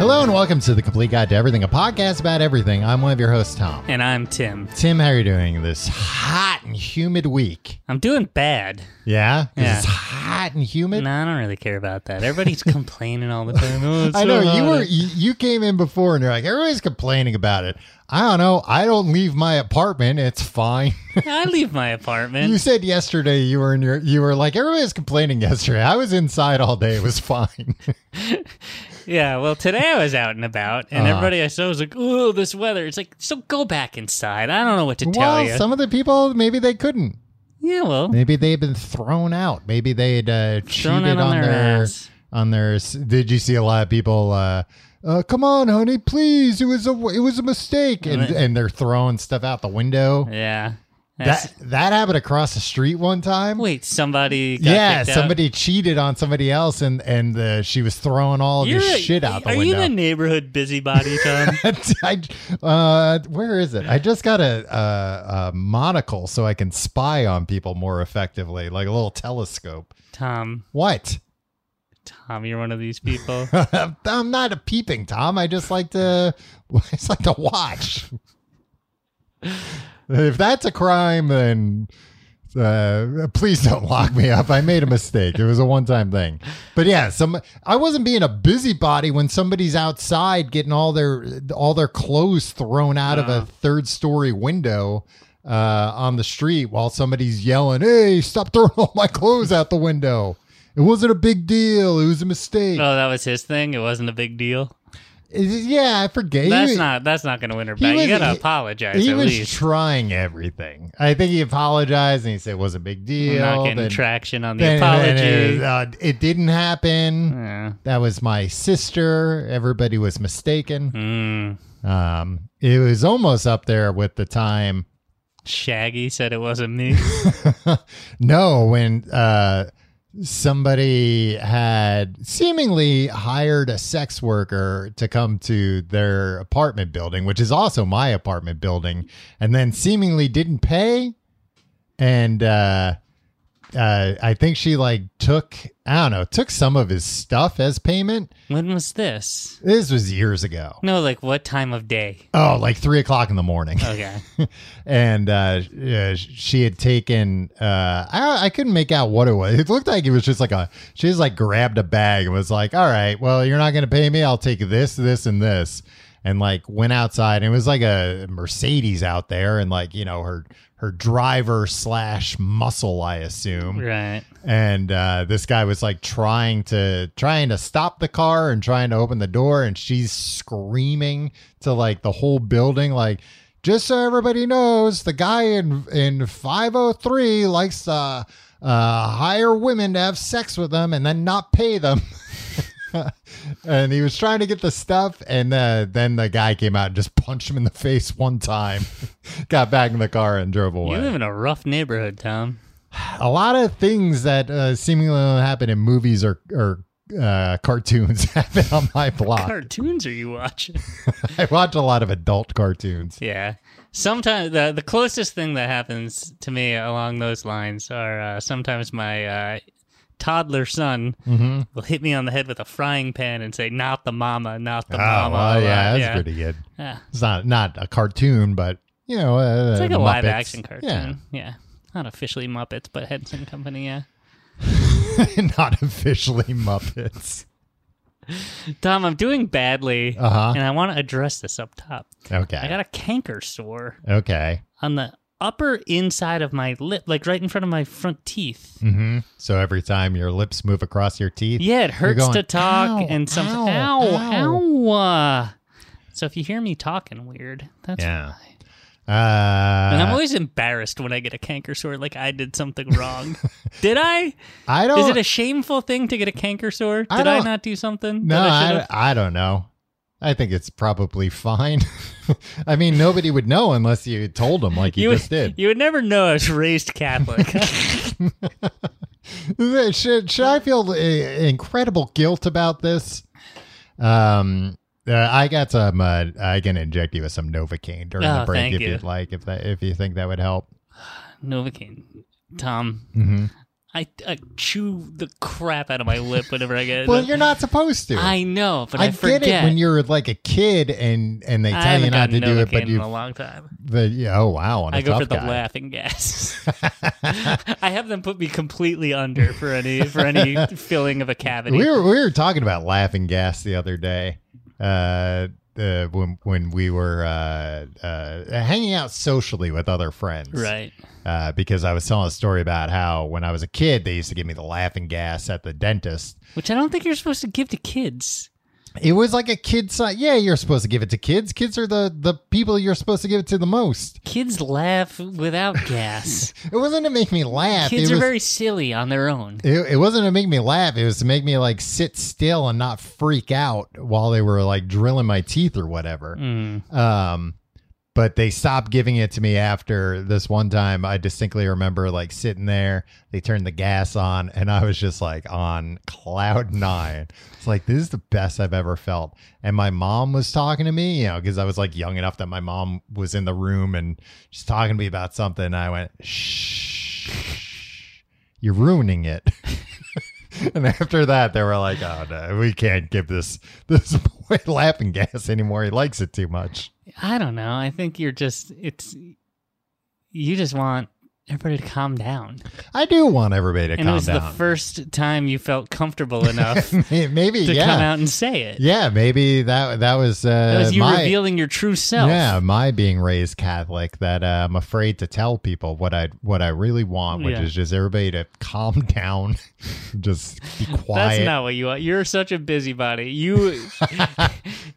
Hello and welcome to the Complete Guide to Everything, a podcast about everything. I'm one of your hosts, Tom. And I'm Tim. Tim, how are you doing this hot and humid week? I'm doing bad. Yeah, 'Cause Yeah. it's hot and humid. No, I don't really care about that. Everybody's complaining all the time. Oh, it's I so know you hot. were you you came in before and you're like everybody's complaining about it. I don't know. I don't leave my apartment. It's fine. I leave my apartment. you said yesterday you were in your you were like everybody's complaining yesterday. I was inside all day. It was fine. Yeah, well, today I was out and about, and Uh-huh. everybody I saw was like, "Oh, this weather." It's like, so go back inside. I don't know what to tell well, you. some of the people maybe they couldn't. yeah, well, Maybe they'd been thrown out. Maybe they'd uh, Thrown cheated out on on their their ass. on their. s- Did you see a lot of people? Uh, uh, come on, honey, please. It was a it was a mistake, and Right. and they're throwing stuff out the window. yeah. That's- That that happened across the street one time. wait, somebody. Got yeah, kicked out? somebody cheated on somebody else, and and uh, she was throwing all of You're your a- shit out the are window. you the neighborhood busybody, Tom? I, uh, where is it? I just got a, a, a monocle so I can spy on people more effectively, like a little telescope. Tom, What? Tom, you're one of these people. I'm not a peeping tom. I just like to, I just like to watch. if that's a crime, then uh, please don't lock me up. I made a mistake. It was a one-time thing. But yeah, some I wasn't being a busybody when somebody's outside getting all their all their clothes thrown out of a third-story window uh, on the street while somebody's yelling, "Hey, stop throwing all my clothes out the window." It wasn't a big deal. It was a mistake. oh, that was his thing. It wasn't a big deal. Is- Yeah, I forget. He That's was- not. That's not going to win her he back. was- You got to he- apologize He at was least. trying everything. I think he apologized and he said it was a big deal. I'm not getting then- traction on the then- apology. Hmm. then it, uh, it didn't happen. Yeah. That was my sister. Everybody was mistaken. Mm. Um, it was almost up there with the time. Shaggy said it wasn't me. no, when uh, somebody had seemingly hired a sex worker to come to their apartment building, which is also my apartment building, and then seemingly didn't pay. And uh, uh, I think she like took, I don't know, took some of his stuff as payment. when was this? This was years ago. No, like what time of day? Oh, like three o'clock in the morning Okay. and uh, uh, she had taken uh, I, I couldn't make out what it was it looked like it was just like a she just like grabbed a bag and was like all right well you're not going to pay me i'll take this this and this and like went outside and it was like a mercedes out there and like you know her her driver slash muscle i assume right. and uh, this guy was like trying to trying to stop the car and trying to open the door and she's screaming to like the whole building like just so everybody knows the guy in in 503 likes to uh, hire women to have sex with them and then not pay them and he was trying to get the stuff and uh, then the guy came out and just punched him in the face one time got back in the car and drove away You live in a rough neighborhood, Tom. a lot of things that uh, seemingly only happen in movies or, or uh, cartoons happen on my block. Cartoons are you watching? I watch a lot of adult cartoons. yeah. Sometimes the the closest thing that happens to me along those lines are uh, sometimes my uh, toddler son Mm-hmm. will hit me on the head with a frying pan and say, "Not the mama, not the Oh, mama." a well, lot. yeah, that's pretty good. Yeah. It's not not a cartoon, but you know, uh, It's like a Muppets. live action cartoon. Yeah, Yeah. Not officially Muppets, but Henson Company, yeah. not officially Muppets. Tom, I'm doing badly, Uh-huh. and I want to address this up top. I Okay, got a canker sore okay. on the upper inside of my lip, like right in front of my front teeth. hmm So every time your lips move across your teeth, Yeah, it hurts going, to talk "Ow, and something. ow, Ow, ow." ow. uh, so if you hear me talking weird, that's Yeah. why. And I'm Uh, always embarrassed when I get a canker sore, like I did something wrong. did I? I don't. Is it a shameful thing to get a canker sore? I Did I, don't- not do something? No, that I, should've? I don't know. I think it's probably fine. I mean, nobody would know unless you told them, like you, would- just did. You would never know I was raised Catholic. uh, should should I feel uh, incredible guilt about this? Um, Uh, I got some. Uh, I can inject you with some Novocaine during Oh, the break thank if you. would like. If that, if you think that would help. Novocaine. Tom, hmm I, I chew the crap out of my lip whenever I get it. Well, you're not supposed to. I know, but I, I forget. get it when you're like a kid and and they I tell haven't you not to gotten do it, Novocaine but in a you. long time. But yeah, oh wow, on a I go tough for the guy. laughing gas. I have them put me completely under for any for any filling of a cavity. we were we were talking about laughing gas the other day uh, uh when when we were uh uh hanging out socially with other friends right. uh because i was telling a story about how when i was a kid they used to give me the laughing gas at the dentist Which I don't think you're supposed to give to kids. it was like a kid sign yeah you're supposed to give it to kids kids are the the people you're supposed to give it to the most Kids laugh without gas. it wasn't to make me laugh it kids are was very silly on their own. it, it wasn't to make me laugh. It was to make me like sit still and not freak out while they were like drilling my teeth or whatever. Mm. Um, but they stopped giving it to me after this one time. I distinctly remember like sitting there, they turned the gas on, and I was just like on cloud nine. It's like, this is the best I've ever felt. And my mom was talking to me, you know, because I was like young enough that my mom was in the room and she's talking to me about something. And I went, shh, you're ruining it. And after that, they were like, "Oh no, we can't give this this boy laughing gas anymore. He likes it too much." I don't know. I think you're just it's you just want everybody to calm down. I do want everybody to and it calm was the down. first time you felt comfortable enough May- maybe, to yeah, come out and say it. yeah, maybe that that was uh, That was you my revealing your true self. yeah my being raised Catholic that uh, I'm afraid to tell people what I what I really want, which Yeah. is just everybody to calm down, just be That's quiet. not what you want. You're such a busybody. You,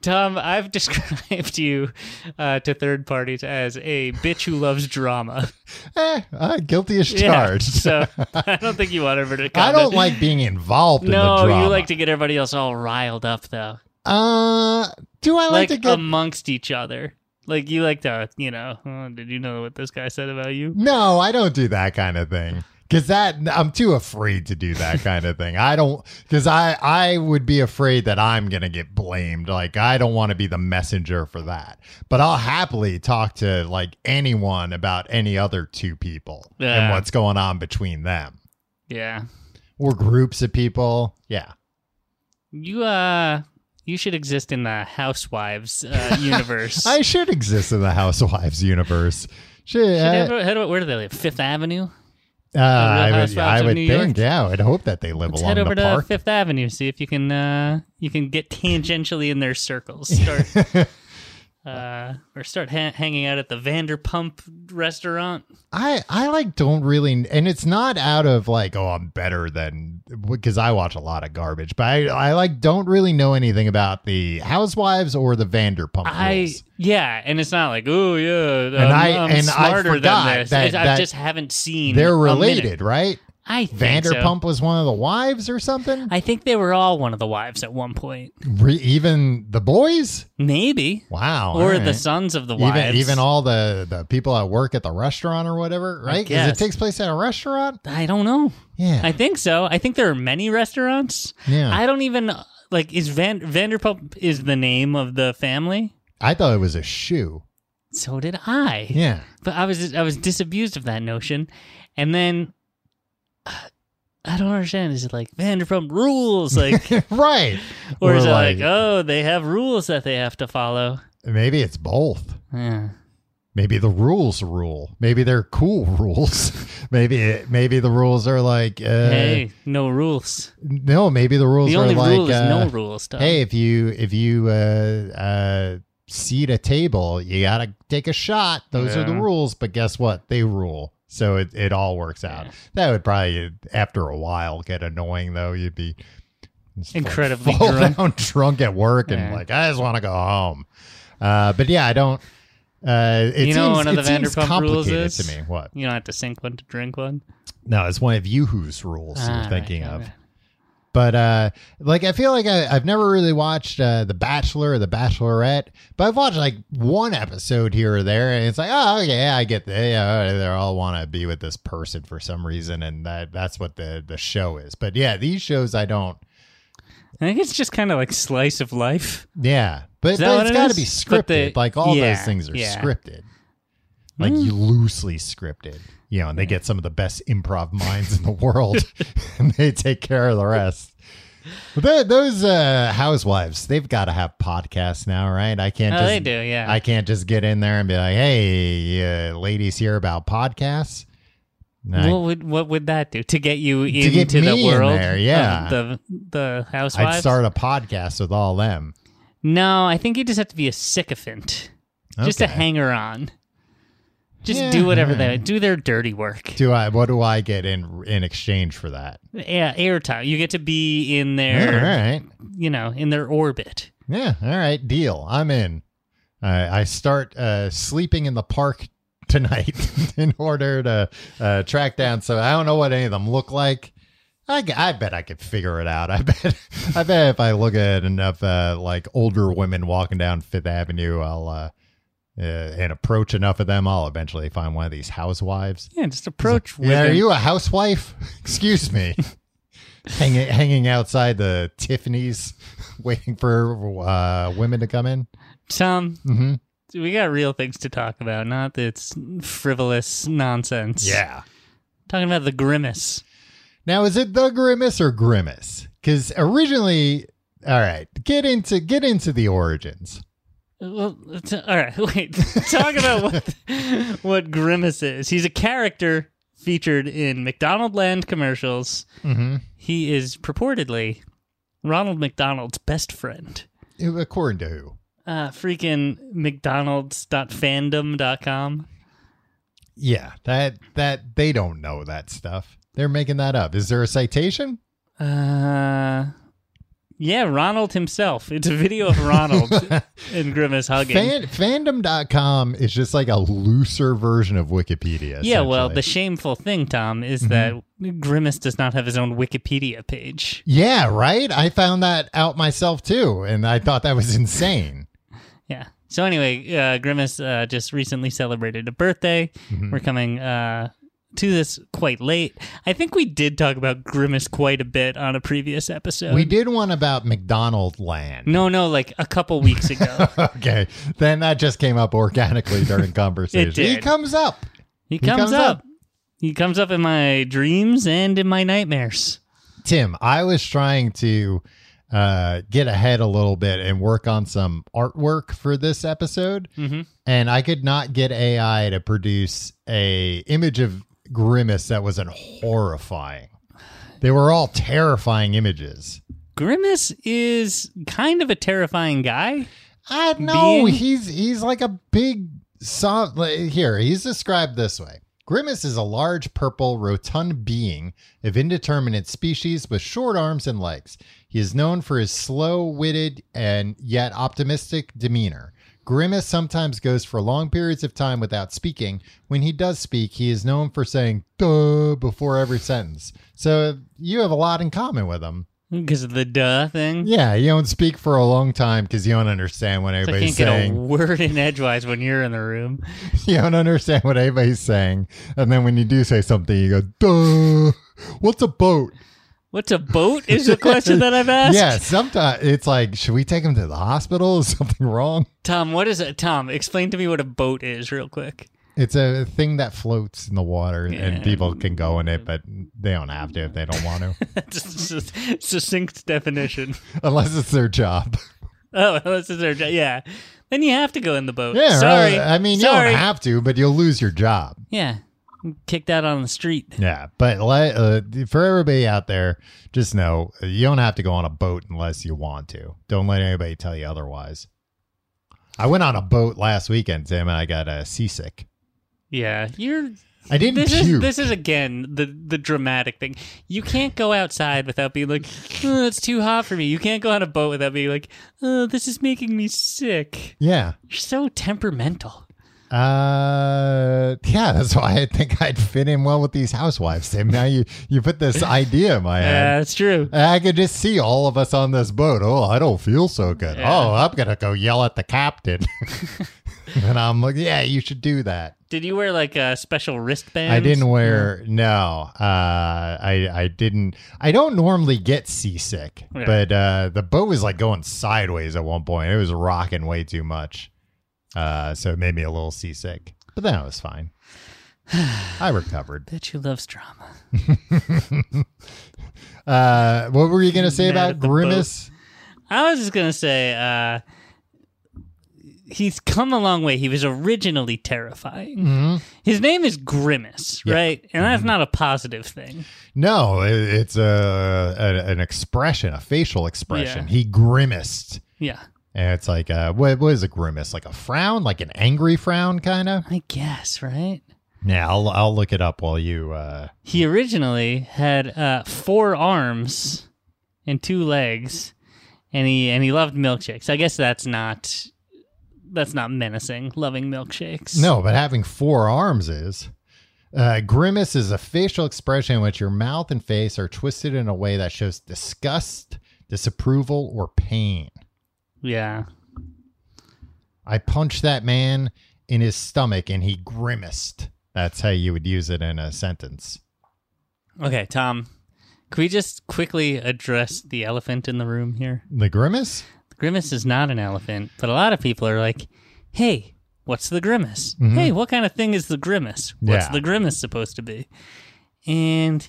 Tom, I've described you uh, to third parties as a bitch who loves drama. Eh, uh, guilty as Yeah, charged. so I don't think you want everybody to. I comment. don't like being involved in the No, drama. you like to get everybody else all riled up, though. Uh, do I like, Like, to get amongst each other. Like you like to, you know. Oh, did you know what this guy said about you? No, I don't do that kind of thing. Cause that I'm too afraid to do that kind of thing. I don't because I I would be afraid that I'm gonna get blamed. Like I don't want to be the messenger for that. But I'll happily talk to like anyone about any other two people Yeah. and what's going on between them Yeah. or groups of people. Yeah, You uh, you should exist in the housewives uh, universe. I should exist in the Housewives universe. Should, Should I- everyone- how do- where do they live? Fifth Avenue. uh, I Housewives would, I of would New think. York? Yeah, I'd hope that they live Let's along head over the to park. Fifth Avenue. See if you can uh, you can get tangentially in their circles. Start uh, or start ha- hanging out at the Vanderpump restaurant. I I like don't really, and it's not out of like oh I'm better than because I watch a lot of garbage, but I I like don't really know anything about the Housewives or the Vanderpump I Rules. yeah, and it's not like oh yeah, and I- I and I smarter forgot than this. that- It's- I that just haven't seen. They're a related, minute. right? I think so. Vanderpump was one of the wives or something. I think they were all one of the wives at one point. Re- even the boys. Maybe. Wow. Or all the right. sons of the wives. Even, even all the, the people at work at the restaurant or whatever, right? Because it guess. takes place at a restaurant. I don't know. Yeah, I think so. I think there are many restaurants. yeah. I don't even like is Van Vanderpump is the name of the family. I thought it was a shoe. So did I. Yeah, But I was I was disabused of that notion. And then I don't understand. Is it like Vanderpump rules like right. or is We're it like, uh oh, they have rules that they have to follow? maybe it's both? Yeah. maybe the rules rule maybe they're cool rules maybe maybe the rules are like uh, hey, no rules. no maybe the rules The are only like rule is uh, no rules. Doug. hey if you if you uh uh seat a table you gotta take a shot those are the Yeah. rules but guess what they rule so it, it all works out Yeah. that would probably after a while get annoying though you'd be just, like, Incredibly fall drunk. down drunk at work and Yeah. like i just want to go home uh but yeah i don't uh it You know seems, one of it the seems Vanderpump rules complicated is? to me what You don't have to sink one to drink one. no, it's one of Yoo-Hoo's rules Ah, you're right, thinking got of. it. But uh, like, I feel like I, I've never really watched uh, The Bachelor or The Bachelorette, but I've watched like one episode here or there, and it's like, oh yeah, I get that. Yeah, all right, they all want to be with this person for some reason, and that that's what the the show is. But yeah, these shows I don't. I think it's just kind of like slice of life. Yeah, but, Is that but what it's it got to is? be But they- scripted. like all yeah, those things are yeah. Hmm. scripted, like you loosely scripted. You know, and they get some of the best improv minds in the world, and they take care of the rest. But tho- those uh, housewives, they've got to have podcasts now, right? I can't. Oh, just, they do, yeah. I can't just get in there and be like, "Hey, uh, ladies, hear about podcasts." No, I- what would what would that do to get you into get the me in world? there, of yeah. the the housewives. I'd start a podcast with all them. No, I think you just have to be a sycophant, just a Okay. hanger on. Just Yeah. do whatever they do. Their dirty work. Do I? What do I get in in exchange for that? Yeah, airtime. You get to be in All their, right. you know, in their orbit. Yeah. All right. Deal. I'm in. I I start uh, sleeping in the park tonight in order to uh, track down. So I don't know what any of them look like. I, g- I bet I could figure it out. I bet I bet if I look at enough uh, like older women walking down Fifth Avenue, I'll uh, uh, and approach enough of them, I'll eventually find one of these housewives. Yeah, just approach. with Yeah, are an- you a housewife? Excuse me. hanging hanging outside the Tiffany's, waiting for uh, women to come in. Tom? Mhm. We got real things to talk about, not this frivolous nonsense. talking about the grimace. Now is it the grimace or grimace? Because originally, all right, get into get into the origins. Well, t- all right. Wait, talk about what what Grimace is. He's a character featured in McDonald Land commercials. Mm-hmm. He is purportedly Ronald McDonald's best friend. According to who? Uh, freaking McDonald's.fandom.com. Yeah, that that they don't know that stuff. They're making that up. Is there a citation? Uh, yeah, Ronald himself. It's a video of Ronald and Grimace hugging. Fan, fandom.com is just like a looser version of Wikipedia. yeah, essentially. well, Mm-hmm. the shameful thing, Tom, is that Grimace does not have his own Wikipedia page. Yeah, right? I found that out myself too, and I thought that was insane. Yeah. So anyway, uh, Grimace uh, just recently celebrated a birthday. Mm-hmm. We're coming uh, to this quite late. I think we did talk about Grimace quite a bit on a previous episode. We did one about McDonald Land. Um, No, no, like a couple weeks ago. Okay. Then that just came up organically during conversation. He did. comes up. he comes, comes up. up. He comes up in my dreams and in my nightmares. Tim, I was trying to uh, get ahead a little bit and work on some artwork for this episode, hmm and I could not get AI to produce a image of Grimace that was an horrifying. They were all terrifying images. Grimace is kind of a terrifying guy. I know being- he's he's like a big soft. like, Here, he's described this way. Grimace is a large, purple, rotund being of indeterminate species with short arms and legs. He is known for his slow witted and yet optimistic demeanor. Grimace sometimes goes for long periods of time without speaking. When he does speak, he is known for saying duh before every sentence. So you have a lot in common with him. Because of the duh thing. Yeah, you don't speak for a long time because you don't understand what So I everybody's can't get saying. a word in edgewise when you're in the room. you don't understand what anybody's saying. And then when you do say something, you go, duh, what's a boat? What's a boat is the question that I've asked. Yeah, sometimes it's like, should we take him to the hospital? Is something wrong? Tom, what is it? Tom, explain to me what a boat is, real quick. It's a thing that floats in the water and Yeah. people can go in it, but they don't have to if they don't want to, That's a s- succinct definition. unless it's their job. Oh, this is their yeah. Then you have to go in the boat. Yeah, sorry. right. I mean, sorry. you don't have to, but you'll lose your job. yeah, kicked out on the street. Yeah, but let, uh, for everybody out there, just know uh, you don't have to go on a boat unless you want to. Don't let anybody tell you otherwise. I went on a boat last weekend, Tim, and I got uh, seasick. Yeah, you're. I didn't This puke. is this is again the the dramatic thing. You can't go outside without being like, oh, it's too hot for me. You can't go on a boat without being like, oh, this is making me sick. yeah, You're so temperamental. uh, yeah. That's why I think I'd fit in well with these housewives, Tim. Now you you put this idea in my Yeah, head. that's true. And I could just see all of us on this boat. Oh, I don't feel so good. Yeah. Oh, I'm gonna go yell at the captain. and I'm like, yeah, you should do that. Did you wear like a special wristband? I didn't wear no. Uh, I I didn't. I don't normally get seasick, Yeah. but uh, the boat was like going sideways at one point. It was rocking way too much, uh, so it made me a little seasick. But then I was fine. I recovered. Bet you loves drama. Uh, what were you gonna say Mad about at the grimace? I was just gonna say, uh, he's come a long way. He was originally terrifying. hmm His name is Grimace, Yeah. Mm-hmm. right? And that's not a positive thing. No, it, it's a, a an expression, a facial expression. Yeah. He grimaced. Yeah, And it's like, uh, what, what is a grimace? Like a frown, like an angry frown, kind of. I guess, right? Yeah, I'll I'll look it up while you. Uh, He originally had uh, four arms and two legs, and he and he loved milkshakes. I guess that's not that's not menacing. Loving milkshakes. no, but having four arms is. Uh, grimace is a facial expression in which your mouth and face are twisted in a way that shows disgust, disapproval, or pain. Yeah. I punched that man in his stomach and he grimaced. That's how you would use it in a sentence. Okay, Tom. Can we just quickly address the elephant in the room here? The grimace? Grimace is not an elephant, but a lot of people are like, hey, what's the grimace? Hey, what kind of thing is the grimace? What's Mm-hmm. Yeah. the grimace supposed to be? And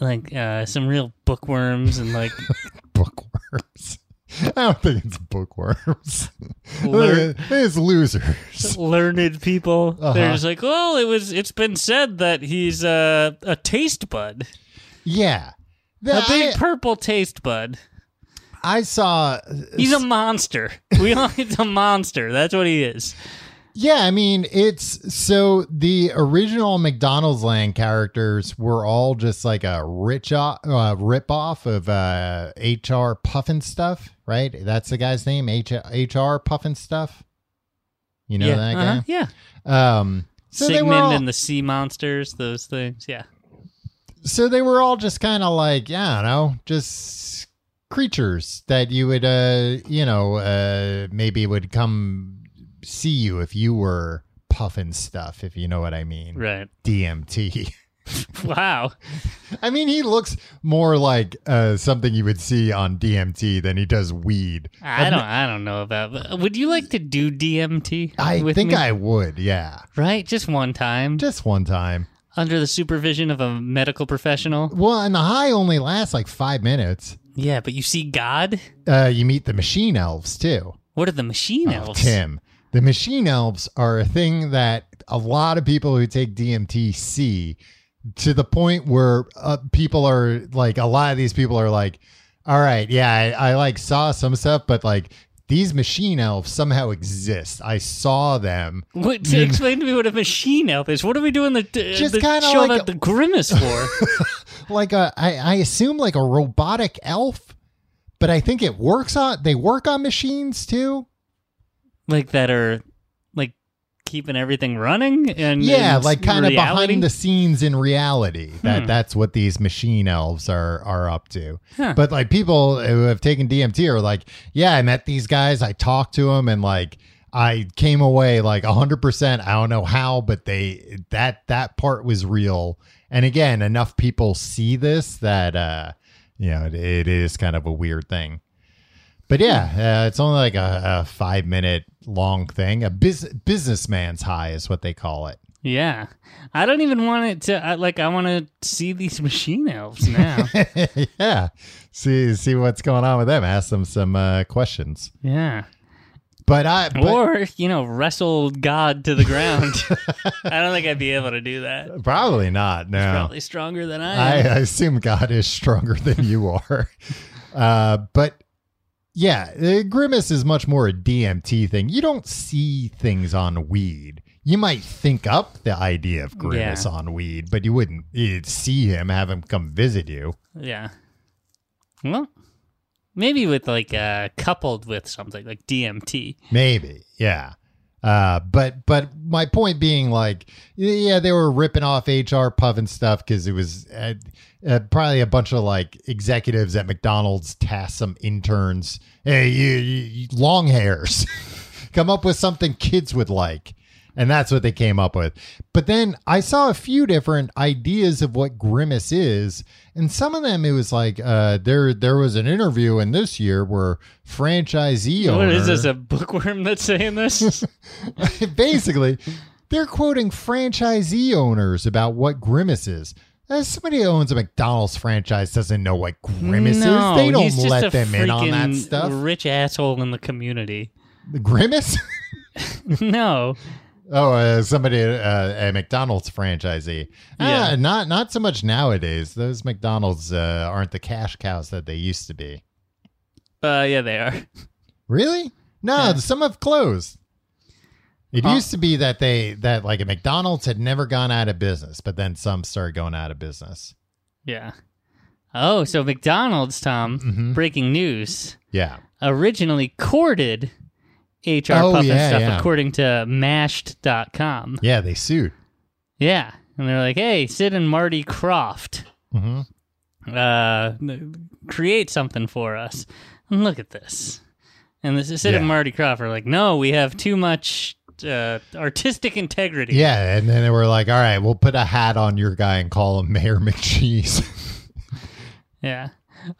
like uh, some real bookworms and like Bookworms. I don't think it's bookworms. Lear- it's losers. learned people. They're Uh-huh. just like, well, it was it's been said that he's uh, a taste bud. Yeah. A The- big I, purple taste bud. I saw He's a monster. We all he's a monster. That's what he is. Yeah, I mean, it's so the original McDonald's Land characters were all just like a rich o- uh, rip off of uh, HR Puffin stuff, right? That's the guy's name, H- HR Puffin stuff. You know yeah. that uh-huh, yeah. guy? Um, so they Sigmund were all, and the sea monsters, those things. Yeah. so they were all just kind of like, yeah, I don't know, just creatures that you would, uh, you know, uh, maybe would come see you if you were puffin stuff, if you know what I mean. Right. DMT. Wow. I mean, he looks more like uh, something you would see on DMT than he does weed. I don't. I don't know about. But uh, would you like to do DMT? I with think me? I would, yeah. right just one time, Just one time. under the supervision of a medical professional. Well, and the high only lasts like five minutes. Yeah, but you see God. Uh, you meet the machine elves too. What are the machine Oh, elves? Tim, the machine elves are a thing that a lot of people who take DMT see to the point where uh, people are like, a lot of these people are like, all right, yeah, I, I like saw some stuff, but like these machine elves somehow exist. I saw them. What, to explain to me what a machine elf is. What are we doing the, uh, Just the kinda show like- about the grimace for? Like, a, I, I assume like a robotic elf, but I think it works on, they work on machines too. like that are like keeping everything running and yeah and like kind of reality? behind the scenes in reality that Hmm. that's what these machine elves are are up to Huh. but like people who have taken dmt are like yeah i met these guys i talked to them and like i came away like 100% i don't know how but they that that part was real and again enough people see this that uh you know it, it is kind of a weird thing but yeah, uh, it's only like a, a five minute long thing. A bus- businessman's high is what they call it. Yeah, I don't even want it to. I, like, I want to see these machine elves now. yeah. See see what's going on with them. Ask them some uh, questions. yeah. But I but or you know wrestle god to the ground i don't think i'd be able to do that probably not. No. probably stronger than I, i am I assume God is stronger than you are. Uh, but yeah, uh, Grimace is much more a DMT thing. You don't see things on weed. You might think up the idea of Grimace Yeah. on weed, but you wouldn't you'd see him, have him come visit you. yeah well maybe with like uh coupled with something like dmt Maybe, yeah. Uh, but but my point being, like, yeah, they were ripping off HR Puff and stuff because it was uh, uh, probably a bunch of like executives at McDonald's tasked some interns, hey, you, you, you long hairs, come up with something kids would like. And that's what they came up with. But then I saw a few different ideas of what grimace is, and some of them it was like uh, there there was an interview in this year where franchisee owner What is this? A bookworm that's saying this? basically, they're quoting franchisee owners about what Grimace is. Uh, somebody who owns a McDonald's franchise doesn't know what Grimace no, is. They he's don't just a let them in on that freaking stuff. Rich asshole in the community. Grimace? no, oh, uh, somebody uh, a McDonald's franchisee. Ah, Yeah. not not so much nowadays. Those McDonald's uh, aren't the cash cows that they used to be. uh, yeah, they are. Really? No, Yeah. some have closed. It Uh, used to be that they that like a McDonald's had never gone out of business, but then some started going out of business. Yeah. Oh, so McDonald's, Tom. Mhm. Breaking news. Yeah. Originally courted HR Oh, Puff and yeah, stuff, yeah. according to Mashed.com. Yeah, they sued. Yeah, and they're like, "Hey, Sid and Marty Croft, Mm-hmm. hmm uh, create something for us." And look at this. And this is Sid Yeah. and Marty Croft are like, "No, we have too much uh, artistic integrity." Yeah, and then they were like, "All right, we'll put a hat on your guy and call him Mayor McCheese." Yeah.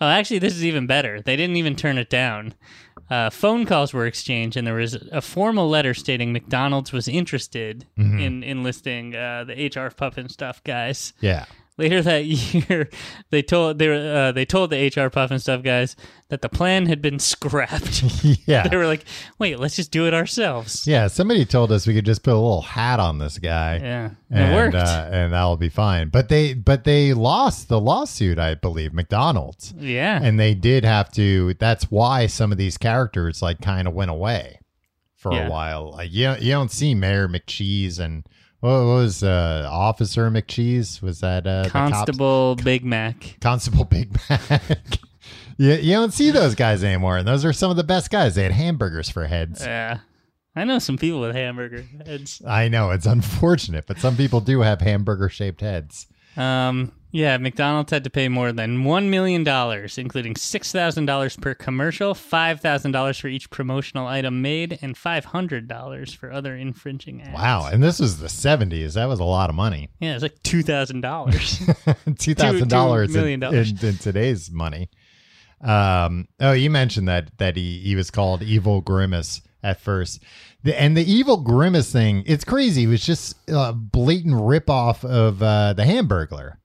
Oh, actually, this is even better. They didn't even turn it down. Uh, phone calls were exchanged, and there was a formal letter stating McDonald's was interested Mm-hmm. in enlisting uh, the HR Puffin Stuff guys. yeah, Later that year, they told they were, uh, they told the HR Puffin Stuff guys that the plan had been scrapped. yeah, they were like, "Wait, let's just do it ourselves." yeah. Somebody told us we could just put a little hat on this guy, Yeah, and it worked. Uh, and that'll be fine. But they, but they lost the lawsuit, I believe, McDonald's, yeah, and they did have to. That's why some of these characters like kind of went away for Yeah. a while. Like you, you don't see Mayor McCheese and. What was uh, Officer McCheese? Was that uh, the cop's Constable Big Mac. Constable Big Mac. you, you don't see those guys anymore. And those are some of the best guys. They had hamburgers for heads. Yeah, I know some people with hamburger heads. I know it's unfortunate, but some people do have hamburger shaped heads. Um, yeah, McDonald's had to pay more than $1 million, including $6,000 per commercial, $5,000 for each promotional item made, and $500 for other infringing acts. Wow. And this was the 70s. That was a lot of money. Yeah, it's like $2,000. $2,000 million in, dollars. in, in today's money. Um, oh, you mentioned that that he, he was called Evil Grimace at first. The, and the Evil Grimace thing, it's crazy. It was just a blatant ripoff of uh, the Hamburglar.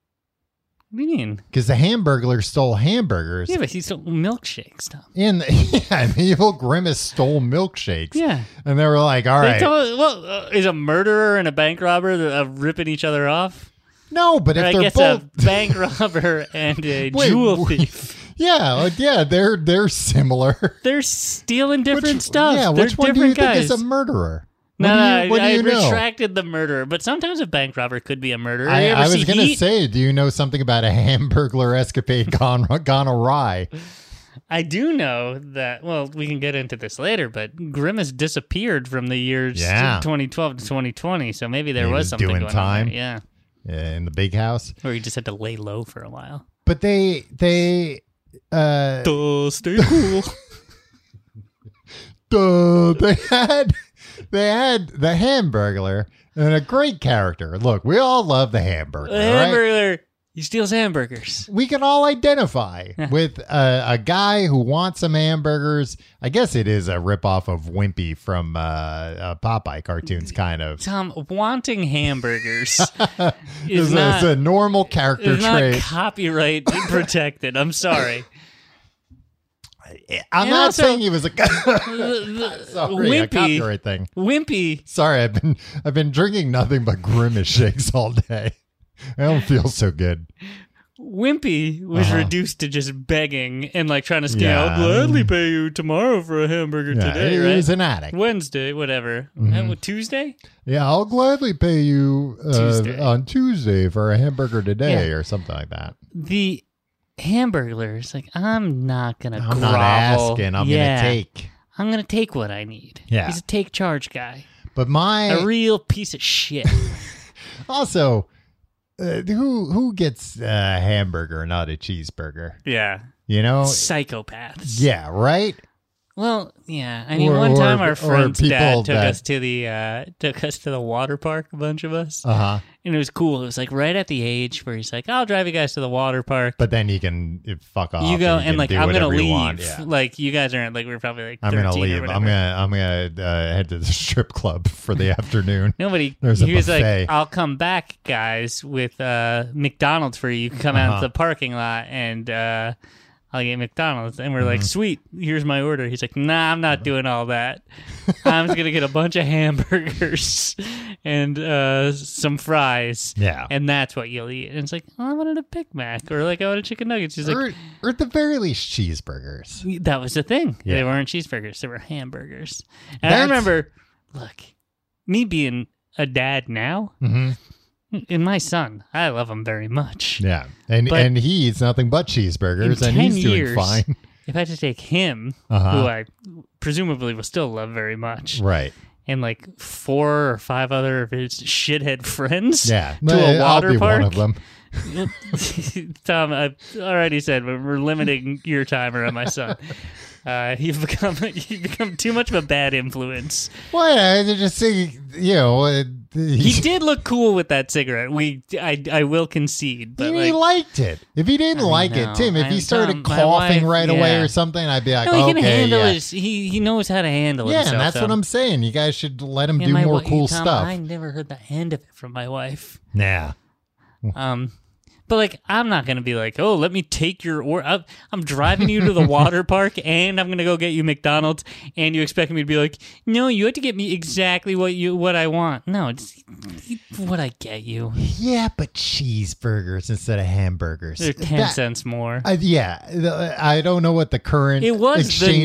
what do you mean? because the hamburglar stole hamburgers Yeah, but he's still milkshakes, Tom. and the, yeah, and the evil grimace stole milkshakes Yeah. and they were like all They right told- well, uh, is a murderer and a bank robber the- uh, ripping each other off? no but Or if I they're guess uh, both a bank robber and a Wait, jewel wait. thief. yeah like, yeah they're they're similar They're stealing different Which- stuff. yeah They're which one do you different guys. think is a murderer No, what do no, you, what I, do you I know retracted the murderer, but sometimes a bank robber could be a murderer. I, You ever I was see gonna Heat? say, do you know something about a hamburglar escapade gone gone awry? I do know that. Well, we can get into this later, but Grimace disappeared from the years Yeah. 2012 to 2020, so maybe there He was, was something doing going on. time. There. Yeah, In the big house, or he just had to lay low for a while. but they they uh, Duh, stay cool. Duh, they had they had the hamburglar and a great character. Look, we all love the hamburger. the hamburger. He steals hamburgers. We can all identify with a, a guy who wants some hamburgers. I guess it is a ripoff of Wimpy from uh, uh, Popeye cartoons, kind of. Tom, wanting hamburgers It's is a, it's not, a normal character is not trait. copyright protected. I'm sorry. I'm and not also- saying he was a The- sorry, the- a copyright thing. Wimpy Sorry, I've been I've been drinking nothing but grimace shakes all day. I don't feel so good. Wimpy was Uh-huh. reduced to just begging and like trying to scam. Yeah. I'll gladly pay you tomorrow for a hamburger today, he right? was an addict. Wednesday, whatever. Mm-hmm. Uh, what, Tuesday? Yeah, I'll gladly pay you uh, Tuesday. on Tuesday for a hamburger today Yeah. or something like that. The hamburglar's like, I'm not gonna I'm grovel. not asking. I'm Yeah, gonna take. I'm gonna take what I need. Yeah. He's a take charge guy. But my A real piece of shit. also, uh, who who gets a hamburger, not a cheeseburger? yeah. You know? Psychopaths. Yeah, right. Well, yeah. I mean, Or- one or- time our or friend's people dad took that- us to the uh, took us to the water park, a bunch of us, Uh huh. and it was cool. It was like right at the age where he's like, "I'll drive you guys to the water park." But then you can eh, fuck off. you go can and like do I'm gonna whatever you leave. want. Yeah. Like you guys aren't like we we're probably like I'm 13 gonna or leave. I'm whatever. gonna I'm gonna uh, head to the strip club for the afternoon. Nobody. There's a he was buffet. like, "I'll come back, guys, with uh, McDonald's for you. You can come out Uh-huh. to the parking lot and uh, I'll get McDonald's." And we're like, Mm-hmm. "Sweet, here's my order." He's like, "Nah, I'm not doing all that. I'm just gonna get a bunch of hamburgers and uh, some fries." Yeah. And that's what you'll eat. And it's like, oh, I wanted a Big Mac or like I wanted chicken nuggets. He's like, or, or at the very least cheeseburgers. that was the thing. Yeah. They weren't cheeseburgers, they were hamburgers. And I That's- remember, look, me being a dad now, hmm and my son, I love him very much. Yeah, and But- and he eats nothing but cheeseburgers, In and 10 he's doing years- fine. If I had to take him, who Uh-huh. I presumably will still love very much, Right. and like four or five other of his shithead friends, Yeah. to a water I'll be park. one of them. Tom, I already said we're we're limiting your time around my son. Uh, you've become you've become too much of a bad influence. Well, yeah, I just think you know uh, He he, did look cool with that cigarette. We, I, I will concede, but he like, liked it. If he didn't I like know. it, Tim, if I'm he started dumb. My coughing wife- right away yeah. or something, I'd be like, no, he okay, can handle yeah. his. He he knows how to handle yeah, himself. and that's so- what I'm saying. You guys should let him Yeah, do my more wi- cool Tom, stuff. I never heard the end of it from my wife. Nah. Um, but like, I'm not gonna be like, oh, let me take your or I'm, I'm driving you to the water park, and I'm gonna go get you McDonald's, and you expect me to be like, no, you have to get me exactly what you what I want. No, it's what I get you. Yeah, but cheeseburgers instead of hamburgers. They're ten That- cents more. I- yeah, the- I don't know what the current It was the exchange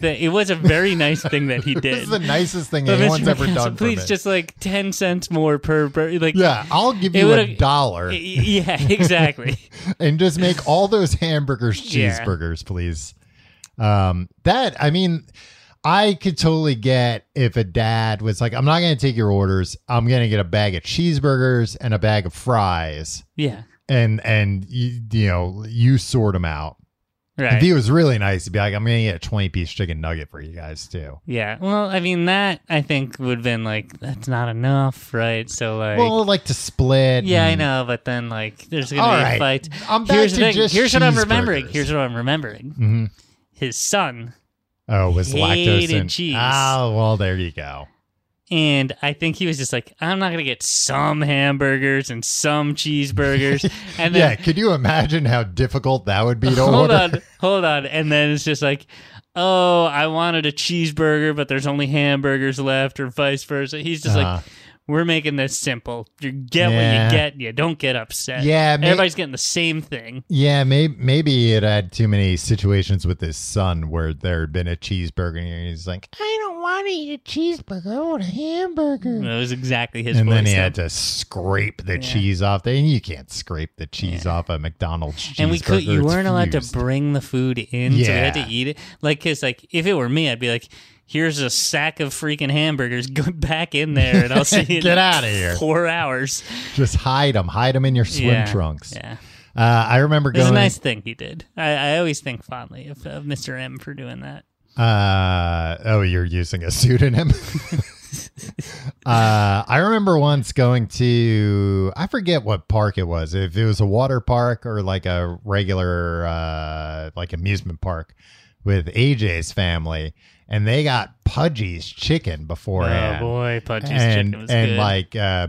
rate. thing. It was a very nice thing that he This did. is the nicest thing But Mr. anyone's ever McCaskill, done. for Please me. just like ten cents more per, per like yeah, I'll give It you a would've- dollar y- yeah, exactly. and just make all those hamburgers Yeah. cheeseburgers, please. Um, that I mean, I could totally get if a dad was like, "I'm not going to take your orders. I'm going to get a bag of cheeseburgers and a bag of fries." yeah, And and you, you know you sort them out. right. If he was really nice, he'd be like, "I'm gonna get a 20 piece chicken nugget for you guys too." yeah. Well, I mean that I think would have been like that's not enough, right? So like, well, like to split. yeah, I and- know, but then like there's gonna All be right. a fight. I'm back Here's to the thing. just Here's what I'm remembering. cheeseburgers. Here's what I'm remembering. Mhm. His son, Oh, it was lactose Hated and cheese. Oh, well, there you go. and I think he was just like, I'm not gonna get some hamburgers and some cheeseburgers, and then yeah, could you imagine how difficult that would be to hold order? on, hold on. And then it's just like, oh, I wanted a cheeseburger, but there's only hamburgers left, or vice versa. He's just Uh-huh. like, we're making this simple. You get Yeah. what you get. and You don't get upset. Yeah, may- everybody's getting the same thing. Yeah, maybe maybe it had too many situations with his son where there had been a cheeseburger and he's like, "I don't want to eat a cheeseburger. I want a hamburger." That was exactly his. Hmm. and voice then he though. had to scrape the Yeah. cheese off there. And you can't scrape the cheese off a McDonald's cheeseburger. and we could you It's weren't allowed to fused. bring the food in so we had Yeah. to eat it like because like if it were me i'd be like here's a sack of freaking hamburgers go back in there and i'll see you in Get outta here. four hours Just hide them. Hide them in your swim Yeah. trunks. yeah Uh, I remember It was going. a nice thing he did. I, I always think fondly of, of Mr. M for doing that. Uh, oh, you're using a pseudonym. uh, I remember once going to I forget what park it was. If it was a water park or like a regular uh, like amusement park with AJ's family, and they got Pudgy's chicken before. Oh boy, Pudgy's and chicken was and good. like uh,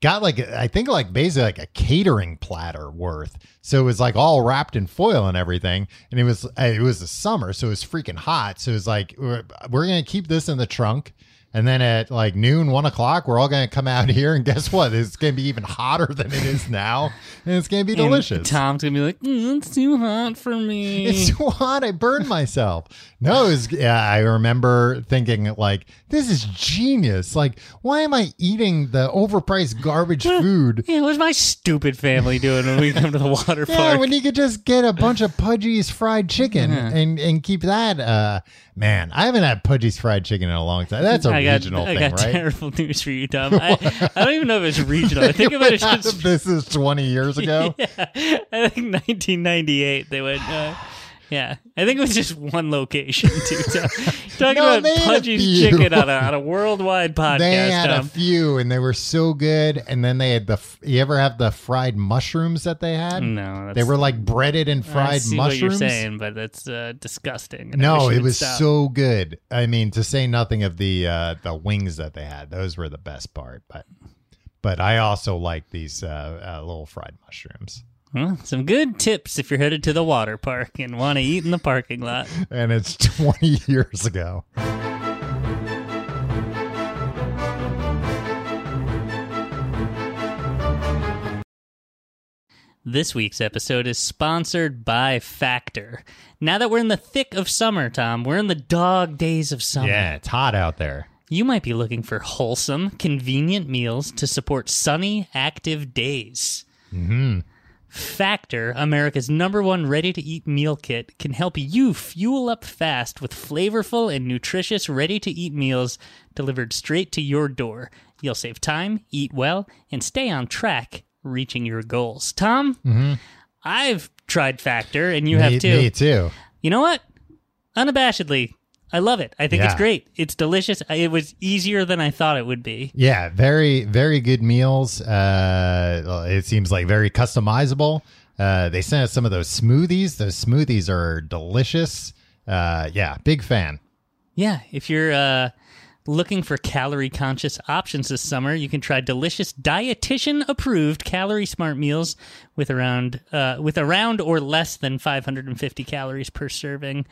got like I think like basically like a catering platter worth. So it was like all wrapped in foil and everything, and it was uh, it was the summer, so it was freaking hot. So it was like we're, we're gonna keep this in the trunk. And then at like noon, one o'clock, we're all gonna come out here, and guess what? It's gonna be even hotter than it is now, and it's gonna be And delicious. Tom's gonna be like, mm, "It's too hot for me." It's too hot. I burned myself. No, it was, yeah, I remember thinking like, this is genius. Like, why am I eating the overpriced garbage food? yeah, what's my stupid family doing when we come to the water Yeah, park? when you could just get a bunch of Pudgy's fried chicken Yeah. and and keep that. Uh, man, I haven't had Pudgy's fried chicken in a long time. That's a I got, regional I thing, got right? terrible news for you, Tom. I, I don't even know if it's regional. I think about it just this is twenty years ago. I think 1998. They went. Uh, Yeah, I think it was just one location. Too. Tom. Talking No, they had about a Pudgy's few. chicken on a, on a worldwide podcast. they had Tom. a few and they were so good. And then they had the, f- you ever have the fried mushrooms that they had? no, that's, They were like breaded and fried I see mushrooms. What you're saying, but that's uh, disgusting. and I No, wish it would was stop. so good. I mean, to say nothing of the uh, the wings that they had; those were the best part. But but I also like these uh, uh, little fried mushrooms, Well, some good tips if you're headed to the water park and want to eat in the parking lot. and it's twenty years ago. This week's episode is sponsored by Factor. Now that we're in the thick of summer, Tom, we're in the dog days of summer. Yeah, it's hot out there. You might be looking for wholesome, convenient meals to support sunny, active days. hmm Factor, America's number one ready to eat meal kit, can help you fuel up fast with flavorful and nutritious ready to eat meals delivered straight to your door. You'll save time, eat well, and stay on track reaching your goals. Tom, I've tried Factor, and you Mm-hmm. me, have too. Me too. You know what? Unabashedly, I love it. I think it's Yeah. great. It's delicious. I- It was easier than I thought it would be. Yeah, very very good meals. Uh, it seems like very customizable. Uh, they sent us some of those smoothies. Those smoothies are delicious. Uh, yeah, big fan. Yeah, if you're uh, looking for calorie conscious options this summer, you can try delicious dietitian approved calorie smart meals with around uh, with around or less than 550 calories per serving.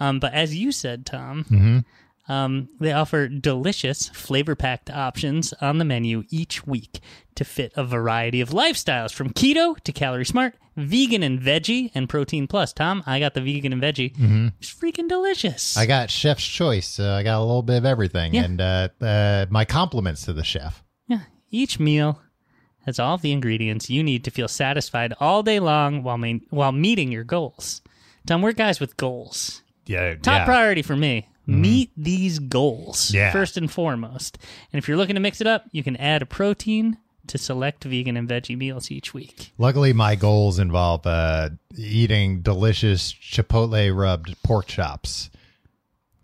Um, but as you said, Tom, um, they offer delicious flavor packed options on the menu each week to fit a variety of lifestyles from keto to calorie smart, vegan and veggie, and protein plus. Tom, I got the vegan and veggie. It's freaking delicious. I got chef's choice. So I got a little bit of everything. Yeah. And uh, uh, my compliments to the chef. Yeah, each meal has all of the ingredients you need to feel satisfied all day long while main, while meeting your goals. Tom, we're guys with goals. Yeah. Mm-hmm. Top priority for me. Meet these goals Yeah. first and foremost. And if you're looking to mix it up, you can add a protein to select vegan and veggie meals each week. Luckily, my goals involve uh, eating delicious chipotle rubbed pork chops.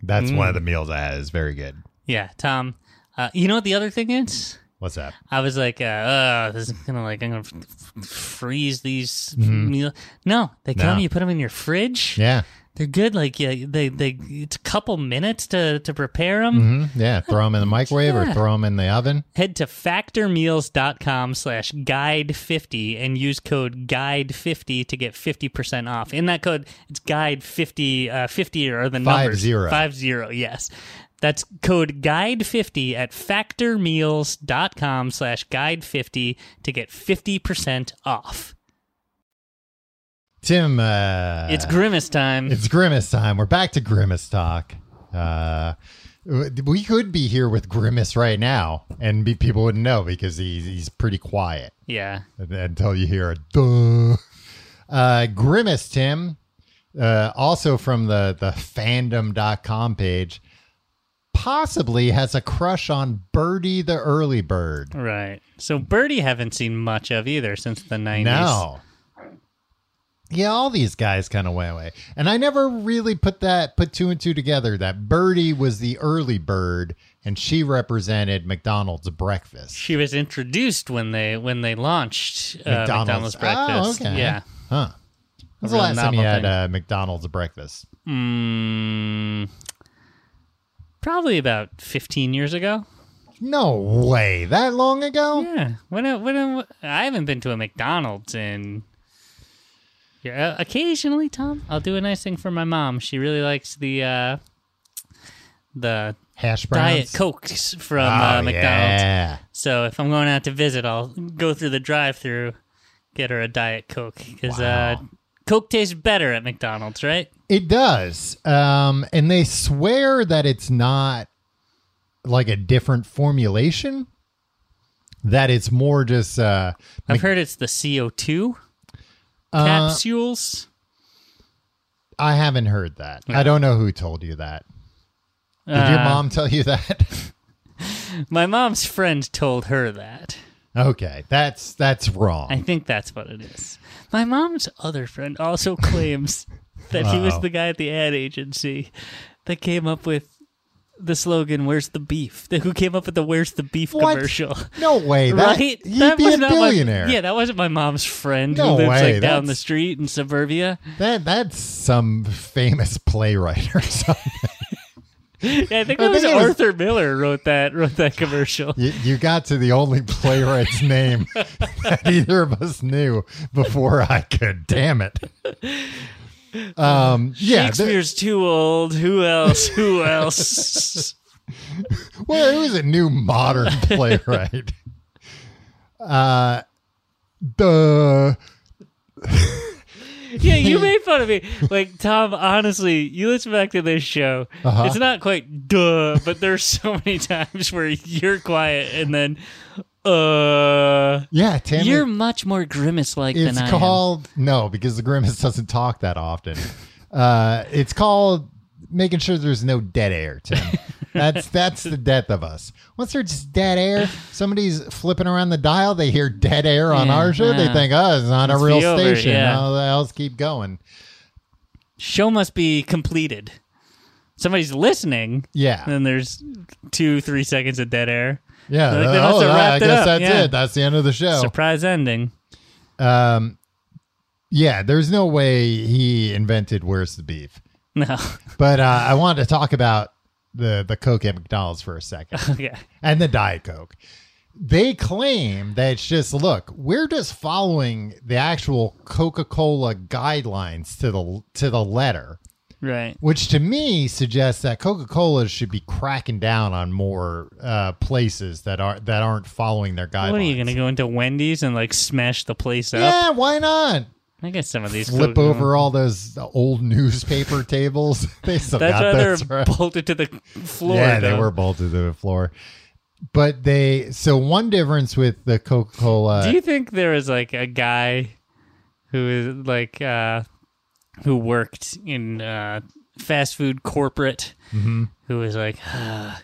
That's one of the meals I had. is very good. Yeah, Tom. Uh, you know what the other thing is? What's up? I was like, uh, oh, this is gonna like I'm gonna f- f- freeze these meal. No, they come, Mm-hmm. No. you put them in your fridge. Yeah. They're good. Like yeah, they they it's a couple minutes to to prepare them. hmm Yeah. Throw them in the microwave or Yeah. throw them in the oven. Head to factormeals.com slash guide50 and use code guide50 to get 50% off. In that code, it's guide50, uh, 50 or the Five numbers. zero. Five zero, yes. That's code guide50 at factormeals.com slash guide50 to get 50% off. Tim, uh, It's grimace time. It's Grimace time. We're back to Grimace talk. Uh, we could be here with Grimace right now, and be, people wouldn't know because he's, he's pretty quiet yeah. until you hear a duh. Uh, Grimace Tim, uh, also from the, the fandom.com page, possibly has a crush on Birdie the early bird. Right. So Birdie haven't seen much of either since the 90s. No. Yeah, all these guys kind of went away. And I never really put that put two and two together that Birdie was the early bird and she represented McDonald's breakfast. She was introduced when they when they launched uh, McDonald's, breakfast. Oh, okay. Yeah. Huh. When's A the real last time you novel had thing. uh, McDonald's breakfast? Mm, probably about 15 years ago. No way. That long ago? Yeah. When I, when I, I haven't been to a McDonald's in yeah, uh, occasionally, Tom. I'll do a nice thing for my mom. She really likes the uh the Hash browns. Diet Cokes from Oh, uh, McDonald's. Yeah. So if I'm going out to visit, I'll go through the drive-through, get her a diet coke because uh, Wow. coke tastes better at McDonald's, right? It does. Um, and they swear that it's not like a different formulation. That it's more just uh, I've heard it's the CO2 uh, capsules. I haven't heard that. I don't know who told you that. Did your Uh, mom tell you that? My mom's friend told her that. okay, that's that's wrong. I think that's what it is. My mom's other friend also claims that he was Uh-oh. the guy at the ad agency that came up with the slogan "Where's the beef?" Who came up with the "Where's the beef" What? commercial? No way. That, right? He'd That be was a not billionaire. My, yeah, that wasn't my mom's friend No who lives way, like down that's- the street in suburbia. That that's some famous playwright or something. Yeah, I think I that was think it was- Arthur Miller wrote that wrote that commercial. you, you got to the only playwright's name that either of us knew before I could. Damn it. Um. Yeah. th- Shakespeare's too old. Who else? Who else? Well, it was a new modern playwright. uh, the yeah, you made fun of me. Like Tom, honestly, you listen back to this show. Uh-huh. It's not quite duh, but there's so many times where you're quiet and then uh yeah, Tammy. you're much more grimace like than it's I called no, because the grimace doesn't talk that often. Uh, it's called making sure there's no dead air. Tim, that's that's the death of us. Once there's dead air, somebody's flipping around the dial. They hear dead air on Yeah, our show. They yeah. think, oh, it's not Must a be real over, station. yeah. How the hell's keep going? am. Show must be completed. Somebody's listening. And Yeah, then there's two, three seconds of dead air. yeah. Like, they oh, must have that- I wrapped it guess up, that's yeah. it. That's the end of the show. Surprise ending. Um, yeah, there's no way he invented where's the beef. No. But uh, I wanted to talk about the the Coke at McDonald's for a second yeah. and the Diet Coke. They claim that it's just look, we're just following the actual Coca-Cola guidelines to the to the letter, Right. which to me suggests that Coca-Cola should be cracking down on more uh, places that are that aren't following their guidelines. What are you gonna go into Wendy's and like smash the place up? Yeah, why not? I guess some of these flip Coke- over all those old newspaper tables. they still That's why got they're those. right? bolted to the floor. yeah, they though. were bolted to the floor. But they so one difference with the Coca Do Cola. you think there was like a guy who is like uh who worked in uh fast food corporate Mm-hmm. who was like "Ah,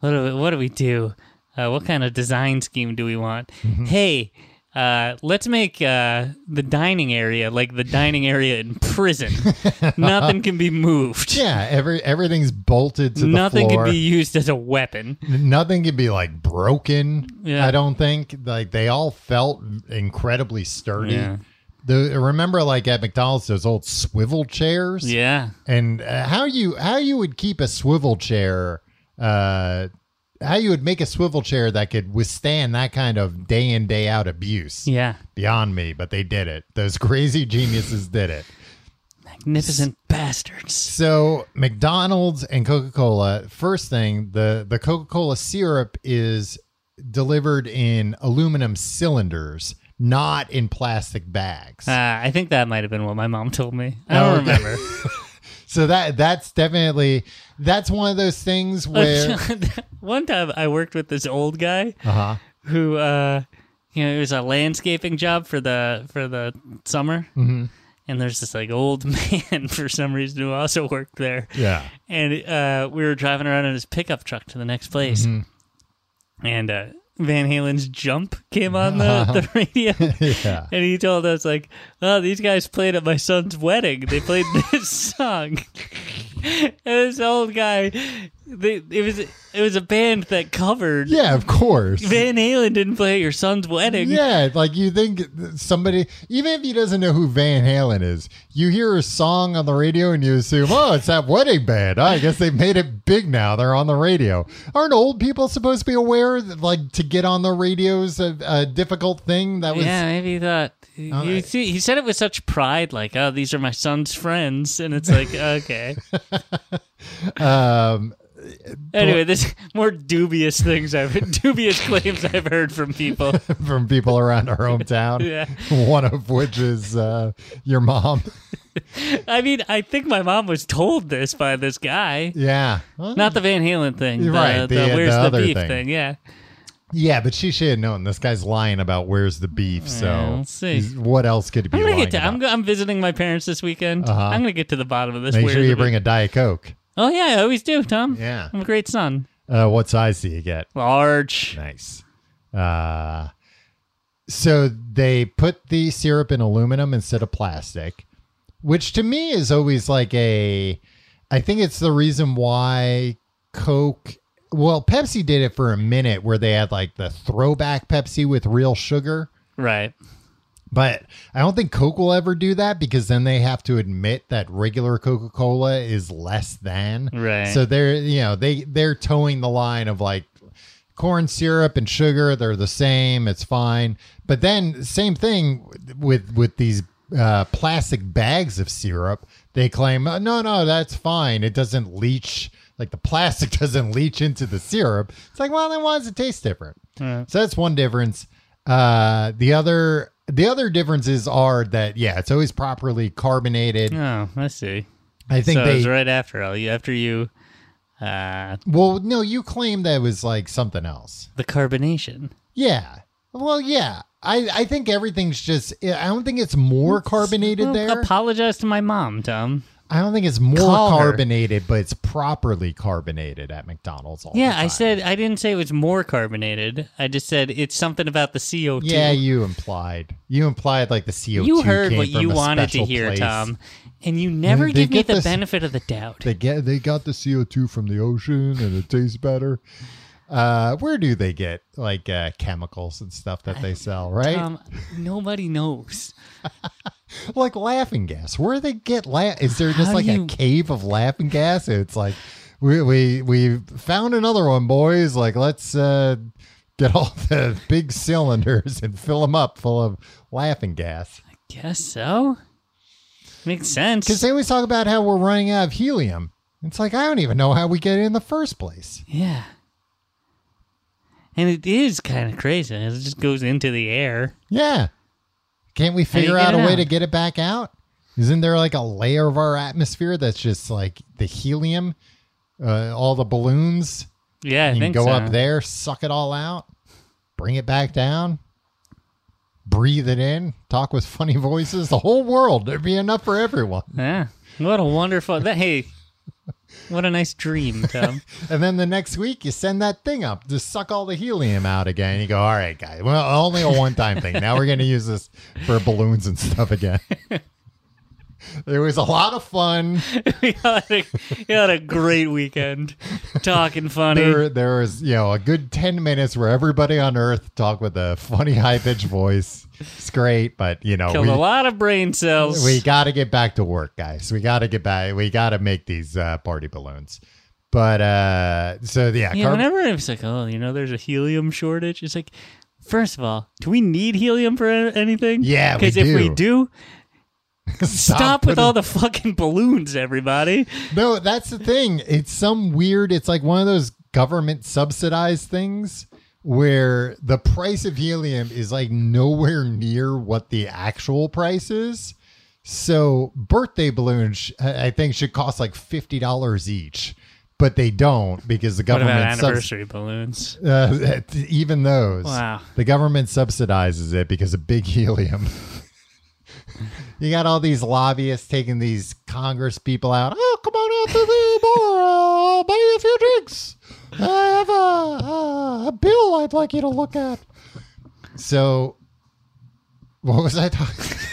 what do we, what do we do? Uh, what kind of design scheme do we want? Mm-hmm. Hey, uh, let's make uh, the dining area like the dining area in prison. Nothing can be moved. Yeah, every everything's bolted to the Nothing floor. can be used as a weapon. Nothing could be like broken. Yeah. I don't think like they all felt incredibly sturdy. Yeah. The, remember, like at McDonald's, those old swivel chairs. Yeah. and uh, how you how you would keep a swivel chair uh how you would make a swivel chair that could withstand that kind of day in day out abuse Yeah. beyond me but they did it those crazy geniuses did it Magnificent bastards. so mcdonald's and coca-cola first thing the the coca-cola syrup is delivered in aluminum cylinders not in plastic bags Uh, I think that might have been what my mom told me. I don't Oh, okay. remember. so that that's definitely that's one of those things where One time I worked with this old guy uh-huh who uh you know, it was a landscaping job for the for the summer. Mm-hmm. And there's this like old man for some reason who also worked there. yeah And uh, we were driving around in his pickup truck to the next place. Mm-hmm. And uh, Van Halen's jump came on the, the radio. yeah And he told us like, "Oh, these guys played at my son's wedding. They played this song." and this old guy, they, it was it was a band that covered. Yeah, of course. Van Halen didn't play at your son's wedding. Yeah, like you think somebody, even if he doesn't know who Van Halen is, you hear a song on the radio and you assume, oh, it's that wedding band. Ah, I guess they made it big now. They're on the radio. Aren't old people supposed to be aware that, like, to get on the radio is a, a difficult thing? That was. Yeah, maybe he thought you I- see, he said it with such pride, like, "Oh, these are my son's friends," and it's like, okay. Um, Anyway, this more dubious things I've dubious claims I've heard from people. from people around our hometown, Yeah. one of which is uh, your mom. I mean, I think my mom was told this by this guy. Yeah, Huh? Not the Van Halen thing. The, Right, the- The, the where's the, other beef thing. thing. Yeah. yeah, but she should have known. This guy's lying about where's the beef. So, Yeah, let's see. he's- what else could he be I'm gonna lying get to. about? I'm, go- I'm visiting my parents this weekend. Uh-huh. I'm gonna get to the bottom of this. Make where's sure the you beef? bring a Diet Coke. Oh yeah, I always do, Tom. Yeah. I'm a great son. Uh, what size do you get? Large. Nice. Uh, so they put the syrup in aluminum instead of plastic. which to me is always like a I think it's the reason why Coke well, Pepsi did it for a minute where they had like the throwback Pepsi with real sugar. Right. But I don't think Coke will ever do that because then they have to admit that regular Coca Cola is less than. Right. So they're you know they they're towing the line of like corn syrup and sugar they're the same it's fine. But then same thing with with these uh, plastic bags of syrup. They claim "Oh, no no that's fine it doesn't leach like the plastic doesn't leach into the syrup. It's like well then why does it taste different? Yeah. So that's one difference. Uh, the other the other differences are that yeah, it's always properly carbonated. Oh, I see. I think so it they was right after all. You after you, uh, well no, you claimed that it was like something else. the carbonation. Yeah. Well, yeah. I I think everything's just I don't think it's more carbonated Well, there. Apologize to my mom, Tom. I don't think it's more Call her. carbonated, but it's properly carbonated at McDonald's all the Yeah, I time. said I didn't say it was more carbonated. I just said it's something about the CO2. Yeah, you implied. You implied like the CO2 you heard came what from you a wanted to special hear, place. Tom, and you never they give me get the this- benefit of the doubt. They get they got the CO two from the ocean and it tastes better. Uh, where do they get like uh, chemicals and stuff that they sell? Right, Tom, nobody knows. like laughing gas. Where do they get la- Is there just How like you- a cave of laughing gas? It's like we we we found another one, boys. Like let's uh, get all the big cylinders and fill them up full of laughing gas. Guess so. Makes sense. Because they always talk about how we're running out of helium. It's like I don't even know how we get it in the first place. Yeah. And it is kind of crazy. It just goes into the air. Yeah. Can't we do you figure get out a it way out? to get it back out? Isn't there like a layer of our atmosphere that's just like the helium, uh, all the balloons? Yeah, I You can think go so. up there, suck it all out, bring it back down, breathe it in, talk with funny voices. The whole world, there'd be enough for everyone. Yeah. What a wonderful. That, hey, what a nice dream, Tom. And then the next week, you send that thing up to suck all the helium out again. You go, all right, guys, well, only a one time thing. Now we're going to use this for balloons and stuff again. It was a lot of fun. we, had a, we had a great weekend talking funny. there, there was you know a good 10 minutes where everybody on earth talked with a funny high-pitched voice it's great but you know Killed a lot of brain cells. we, we gotta get back to work guys we gotta get back we gotta make these uh, party balloons but uh so yeah, yeah, carb- whenever it's like, oh, you know, there's a helium shortage, it's like, first of all, do we need helium for a- anything? Yeah, we Because if we do, stop, stop, with putting- all the fucking balloons, everybody. no that's the thing it's some weird it's like one of those government subsidized things where the price of helium is like nowhere near what the actual price is So birthday balloons, sh- I I think, should cost like fifty dollars each, but they don't because the What about government subs- anniversary balloons? uh, even those. Wow. The government subsidizes it because of big helium. you got all these lobbyists taking these Congress people out. Oh, come on out to the bar. uh, I'll buy you a few drinks. I have a, a, a bill I'd like you to look at. So, what was I talking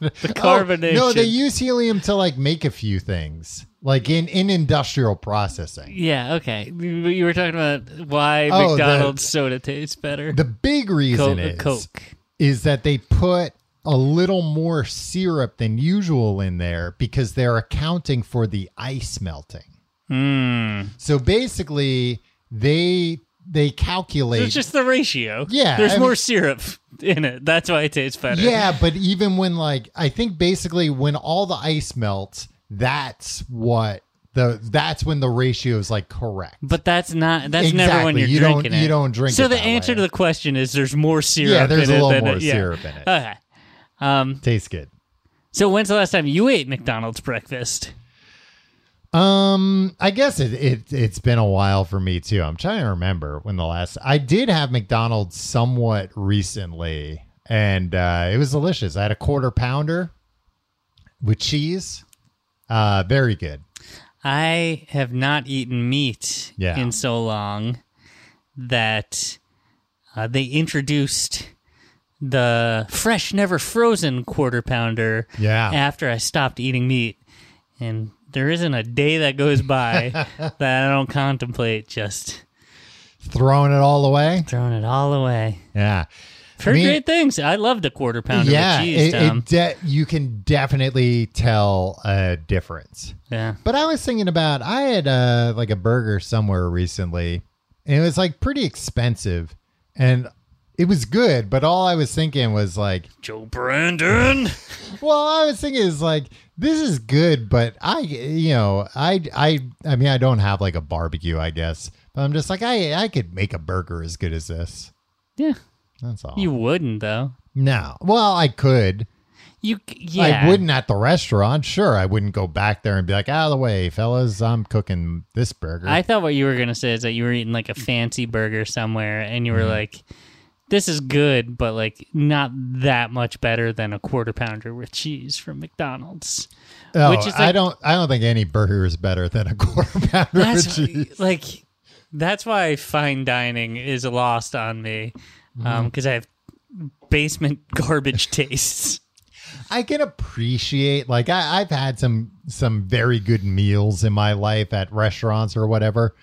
The Oh, carbonation. no, they use helium to like make a few things, like in in industrial processing. Yeah, okay. You you were talking about why Oh, the- McDonald's soda tastes better. The big Co- reason uh, is Coke. is that they put a little more syrup than usual in there because they're accounting for the ice melting. Mm. So basically, they they calculate. It's just the ratio. Yeah, There's I more mean- syrup in it. That's why it tastes better. yeah, but even when like I think basically when all the ice melts, that's what the that's when the ratio is like correct. But that's not. That's never when Exactly. you're You don't- drinking it. you don't drink So it the that answer way. to the question is there's more syrup. yeah, there's in a it little than more it- yeah. syrup in it. Okay. Um. Tastes good. So when's the last time you ate McDonald's breakfast? Um, I guess it, it it's been a while for me too. I'm trying to remember when the last I did have McDonald's somewhat recently, and uh, it was delicious. I had a quarter pounder with cheese. Uh, very good. I have not eaten meat Yeah. in so long that uh, they introduced the fresh, never frozen quarter pounder Yeah. after I stopped eating meat. And there isn't a day that goes by that I don't contemplate just Throwing it all away. throwing it all away. Yeah. I've heard Me- great things. I loved a quarter pounder yeah. with it- cheese, it Tom. de- you can definitely tell a difference. yeah. But I was thinking about I had uh like a burger somewhere recently, and it was like pretty expensive, and it was good. But all I was thinking was like, Joe Brandon. well, I was thinking is like this is good, but I you know I I I mean I don't have like a barbecue, I guess, but I'm just like I I could make a burger as good as this. yeah. That's all. You wouldn't, though. no, well I could. You, c- yeah. I wouldn't at the restaurant. Sure, I wouldn't go back there and be like, out of the way, fellas, I'm cooking this burger. I thought what you were gonna say is that you were eating like a fancy burger somewhere, and you were Mm-hmm. like, "This is good, but like not that much better than a quarter pounder with cheese from McDonald's." Oh, Which is I like- don't I don't think any burger is better than a quarter pounder with That's cheese. like, that's why fine dining is lost on me, because Mm-hmm. I have basement garbage tastes. I can appreciate like I, I've had some some very good meals in my life at restaurants or whatever.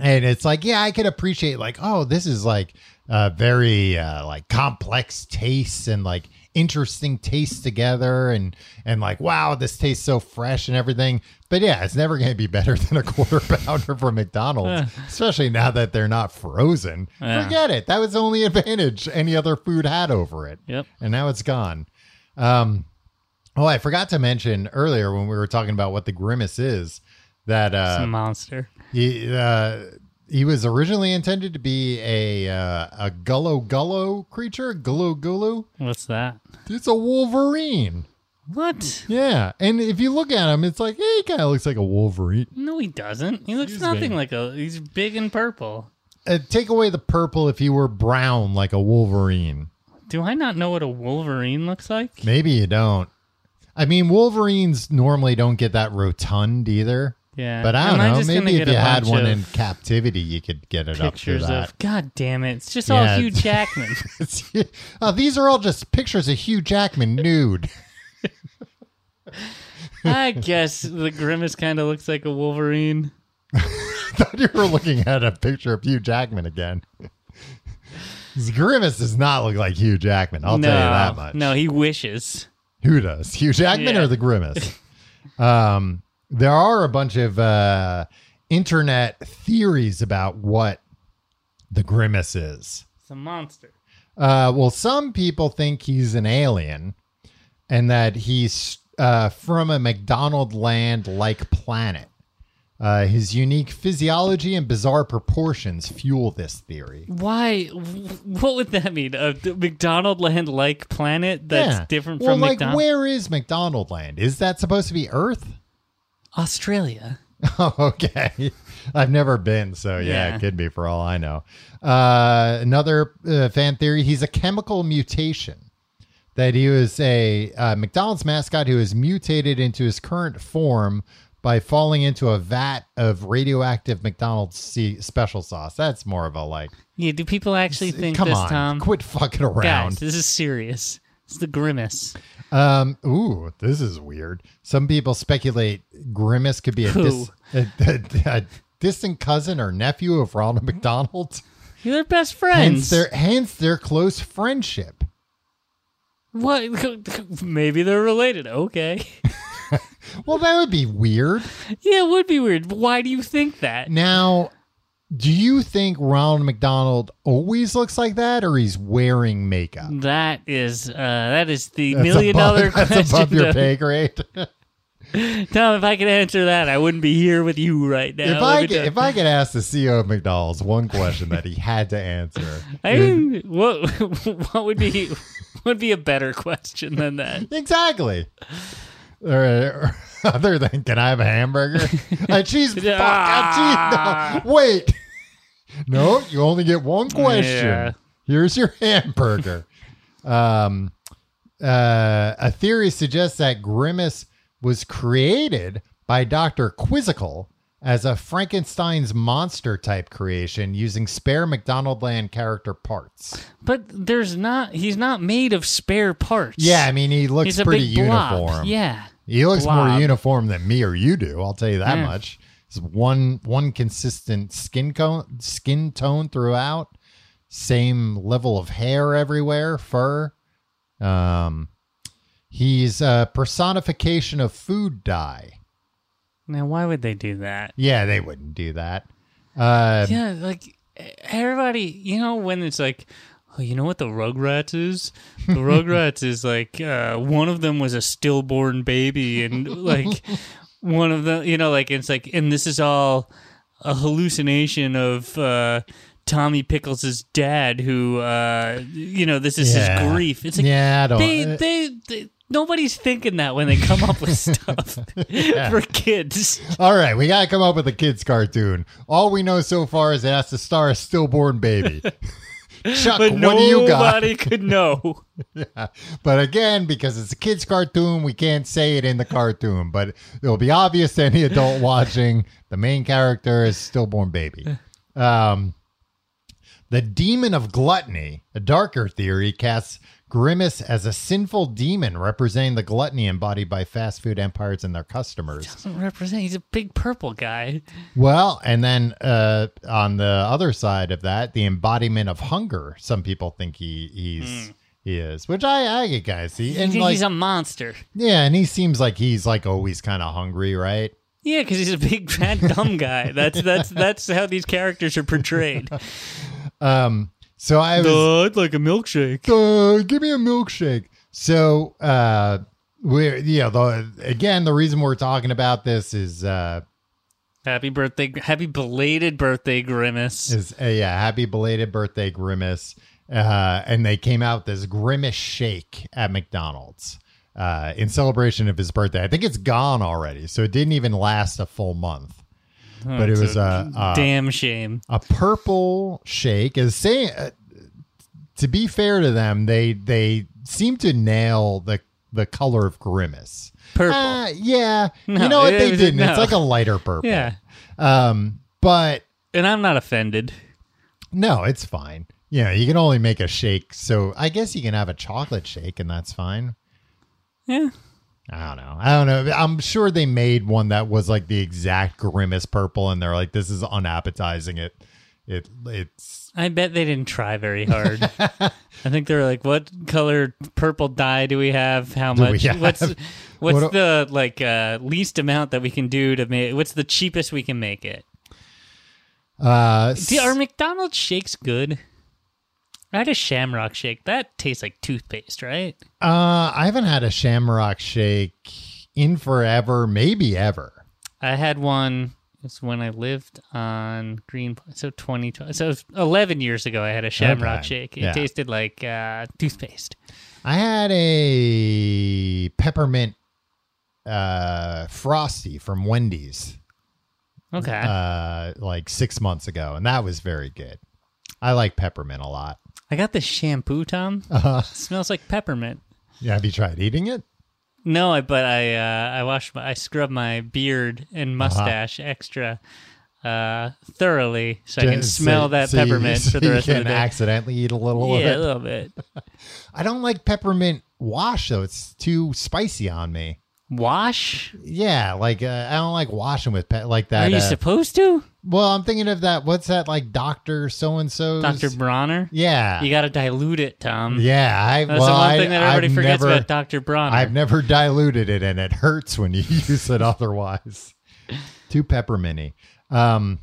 And it's like, yeah, I can appreciate like, oh, this is like uh, very uh, like complex tastes and like interesting tastes together and and like wow this tastes so fresh and everything but yeah it's never going to be better than a quarter pounder from mcdonald's especially now that they're not frozen Yeah. forget it that was the only advantage any other food had over it Yep. and now it's gone. Um, oh, I forgot to mention earlier when we were talking about what the grimace is that It's a uh, monster. he uh, he was originally intended to be a uh, a gullo gullo creature, gullo gullo. What's that? It's a wolverine. What? Yeah, and if you look at him, it's like hey, he kind of looks like a wolverine. No, he doesn't. He looks He's nothing big. like a. He's big and purple. Uh, take away the purple if he were brown like a wolverine. Do I not know what a Wolverine looks like? Maybe you don't. I mean, wolverines normally don't get that rotund either. Yeah, But I don't Am know. just gonna Maybe get if a you had bunch one of in captivity, you could get it up to pictures that. of. God damn it! It's just Yeah, all Hugh it's- Jackman. oh, these are all just pictures of Hugh Jackman nude. I guess the grimace kind of looks like a Wolverine. I thought you were looking at a picture of Hugh Jackman again. His grimace does not look like Hugh Jackman. I'll no, tell you that much. No, he wishes. Who does? Hugh Jackman Yeah. or the Grimace? um, there are a bunch of uh, internet theories about what the Grimace is. It's a monster. Uh, well, some people think he's an alien and that he's uh, from a McDonald land like planet. Uh, his unique physiology and bizarre proportions fuel this theory. Why? wh- What would that mean? A McDonald Land like planet that's Yeah. different well, from like, McDonald where is McDonald land? Is that supposed to be Earth? Australia. Oh, okay. I've never been, so yeah, Yeah. it could be for all I know. Uh, another uh, fan theory: he's a chemical mutation. That he was a uh, McDonald's mascot who is mutated into his current form by falling into a vat of radioactive McDonald's se- special sauce. That's more of a like. Yeah. Do people actually think come this, on, Tom? quit fucking Guys, around. this is serious. It's the grimace. Um, ooh, this is weird. Some people speculate Grimace could be a, Who? dis- a, a- a distant cousin or nephew of Ronald McDonald. You're their best Hence friends. their hence their close friendship. what? Maybe they're related. Okay. Well, that would be weird. Yeah, it would be weird. Why do you think that? Now, do you think Ronald McDonald always looks like that, or he's wearing makeup? That is uh, that is the That's million above- dollar question. That's above your Tom. pay grade. Tom, if I could answer that, I wouldn't be here with you right now. if Let I me could, tell- if I could ask the CEO E of McDonald's one question that he had to answer, I mean, what what would be would be a better question than that? Exactly. Or, or other than, can I have a hamburger? a cheese. Fuck, a cheese. No, wait. No, you only get one question. Ah. Yeah. Here's your hamburger. um, uh, a theory suggests that Grimace was created by Dr. Quizzical, as a Frankenstein's monster type creation using spare McDonaldland character parts. But there's not. He's not made of spare parts. Yeah, I mean, he looks he's a pretty big blob. uniform. Yeah. He looks more blob. uniform than me or you do. I'll tell you that Yeah. much. It's one one consistent skin cone, skin tone throughout. Same level of hair everywhere, fur. Um, he's a personification of food dye. Now, why would they do that? Yeah, they wouldn't do that. Uh, Yeah, like everybody, you know, when it's like, oh, you know what the Rugrats is? The Rugrats is like uh, one of them was a stillborn baby, and like one of them, you know, like it's like, and this is all a hallucination of. Uh, Tommy Pickles' dad, who, uh, you know, this is Yeah. his grief. It's like, yeah, I don't. uh, they, they, they, nobody's thinking that when they come up with stuff for kids. All right, we gotta come up with a kids cartoon. All we know so far is it has to star a stillborn baby. Chuck, what But do nobody you got? could know. But again, because it's a kids cartoon, we can't say it in the cartoon, but it'll be obvious to any adult watching. The main character is stillborn baby. Um, the demon of gluttony, a darker theory, casts Grimace as a sinful demon representing the gluttony embodied by fast food empires and their customers. Doesn't represent. He's a big purple guy. Well, and then uh, on the other side of that, the embodiment of hunger. Some people think he he's he is, which I I guys see, Hmm. You and think like he's a monster. yeah, and he seems like he's like always kind of hungry, right? Yeah, because he's a big fat dumb guy. That's that's that's how these characters are portrayed. Um, so I was I'd like a milkshake. uh, give me a milkshake. So, uh, we're yeah, the again, the reason we're talking about this is uh, Happy birthday! Happy belated birthday, Grimace. is uh, yeah, happy belated birthday, Grimace. Uh, and they came out with this Grimace shake at McDonald's uh, in celebration of his birthday. I think it's gone already, so it didn't even last a full month. but it it's was uh, a a, a, Damn shame. a purple shake. Is saying uh, to be fair to them, they they seem to nail the the color of Grimace. Purple. Uh, yeah, No, you know what it they was- didn't. It's no. like a lighter purple. yeah, Um, but and I'm not offended. No, it's fine. Yeah, you can only make a shake, so I guess you can have a chocolate shake, and that's fine. Yeah, I don't know. I don't know. I'm sure they made one that was like the exact grimace purple, and they're like, "This is unappetizing." It, it, it's I bet they didn't try very hard. I think they were like, "What color purple dye do we have? How Do we much? have- What's what's What do- the like uh, least amount that we can do to make? What's the cheapest we can make it? uh, Do, are McDonald's shakes good? I had a Shamrock shake that tastes like toothpaste, right? uh, I haven't had a Shamrock shake in forever, maybe ever. I had one. It's when I lived on Green, so twenty, so eleven years ago. I had a Shamrock Okay. shake. It Yeah. tasted like uh, toothpaste. I had a peppermint uh frosty from Wendy's. Okay, uh, like six months ago, and that was very good. I like peppermint a lot. I got this shampoo, Tom. Uh, It smells like peppermint. yeah, have you tried eating it? No, I but I uh, I wash my I scrub my beard Uh-huh. and mustache extra uh, thoroughly so I can Just smell so- that so you- peppermint so for the you rest of the can day. accidentally eat a little yeah, a of it. little bit. I don't like peppermint wash though; it's too spicy on me. Wash? Yeah, like uh, I don't like washing with pe- like Are that. you uh, supposed to, well, I'm thinking of that. What's that like, Doctor So and So? Doctor Bronner? Yeah, You got to dilute it, Tom. yeah. I, That's well, the one I, thing that everybody I've forgets never, about Doctor Bronner. I've never diluted it, and it hurts when you use it otherwise. Too pepperminty. Um,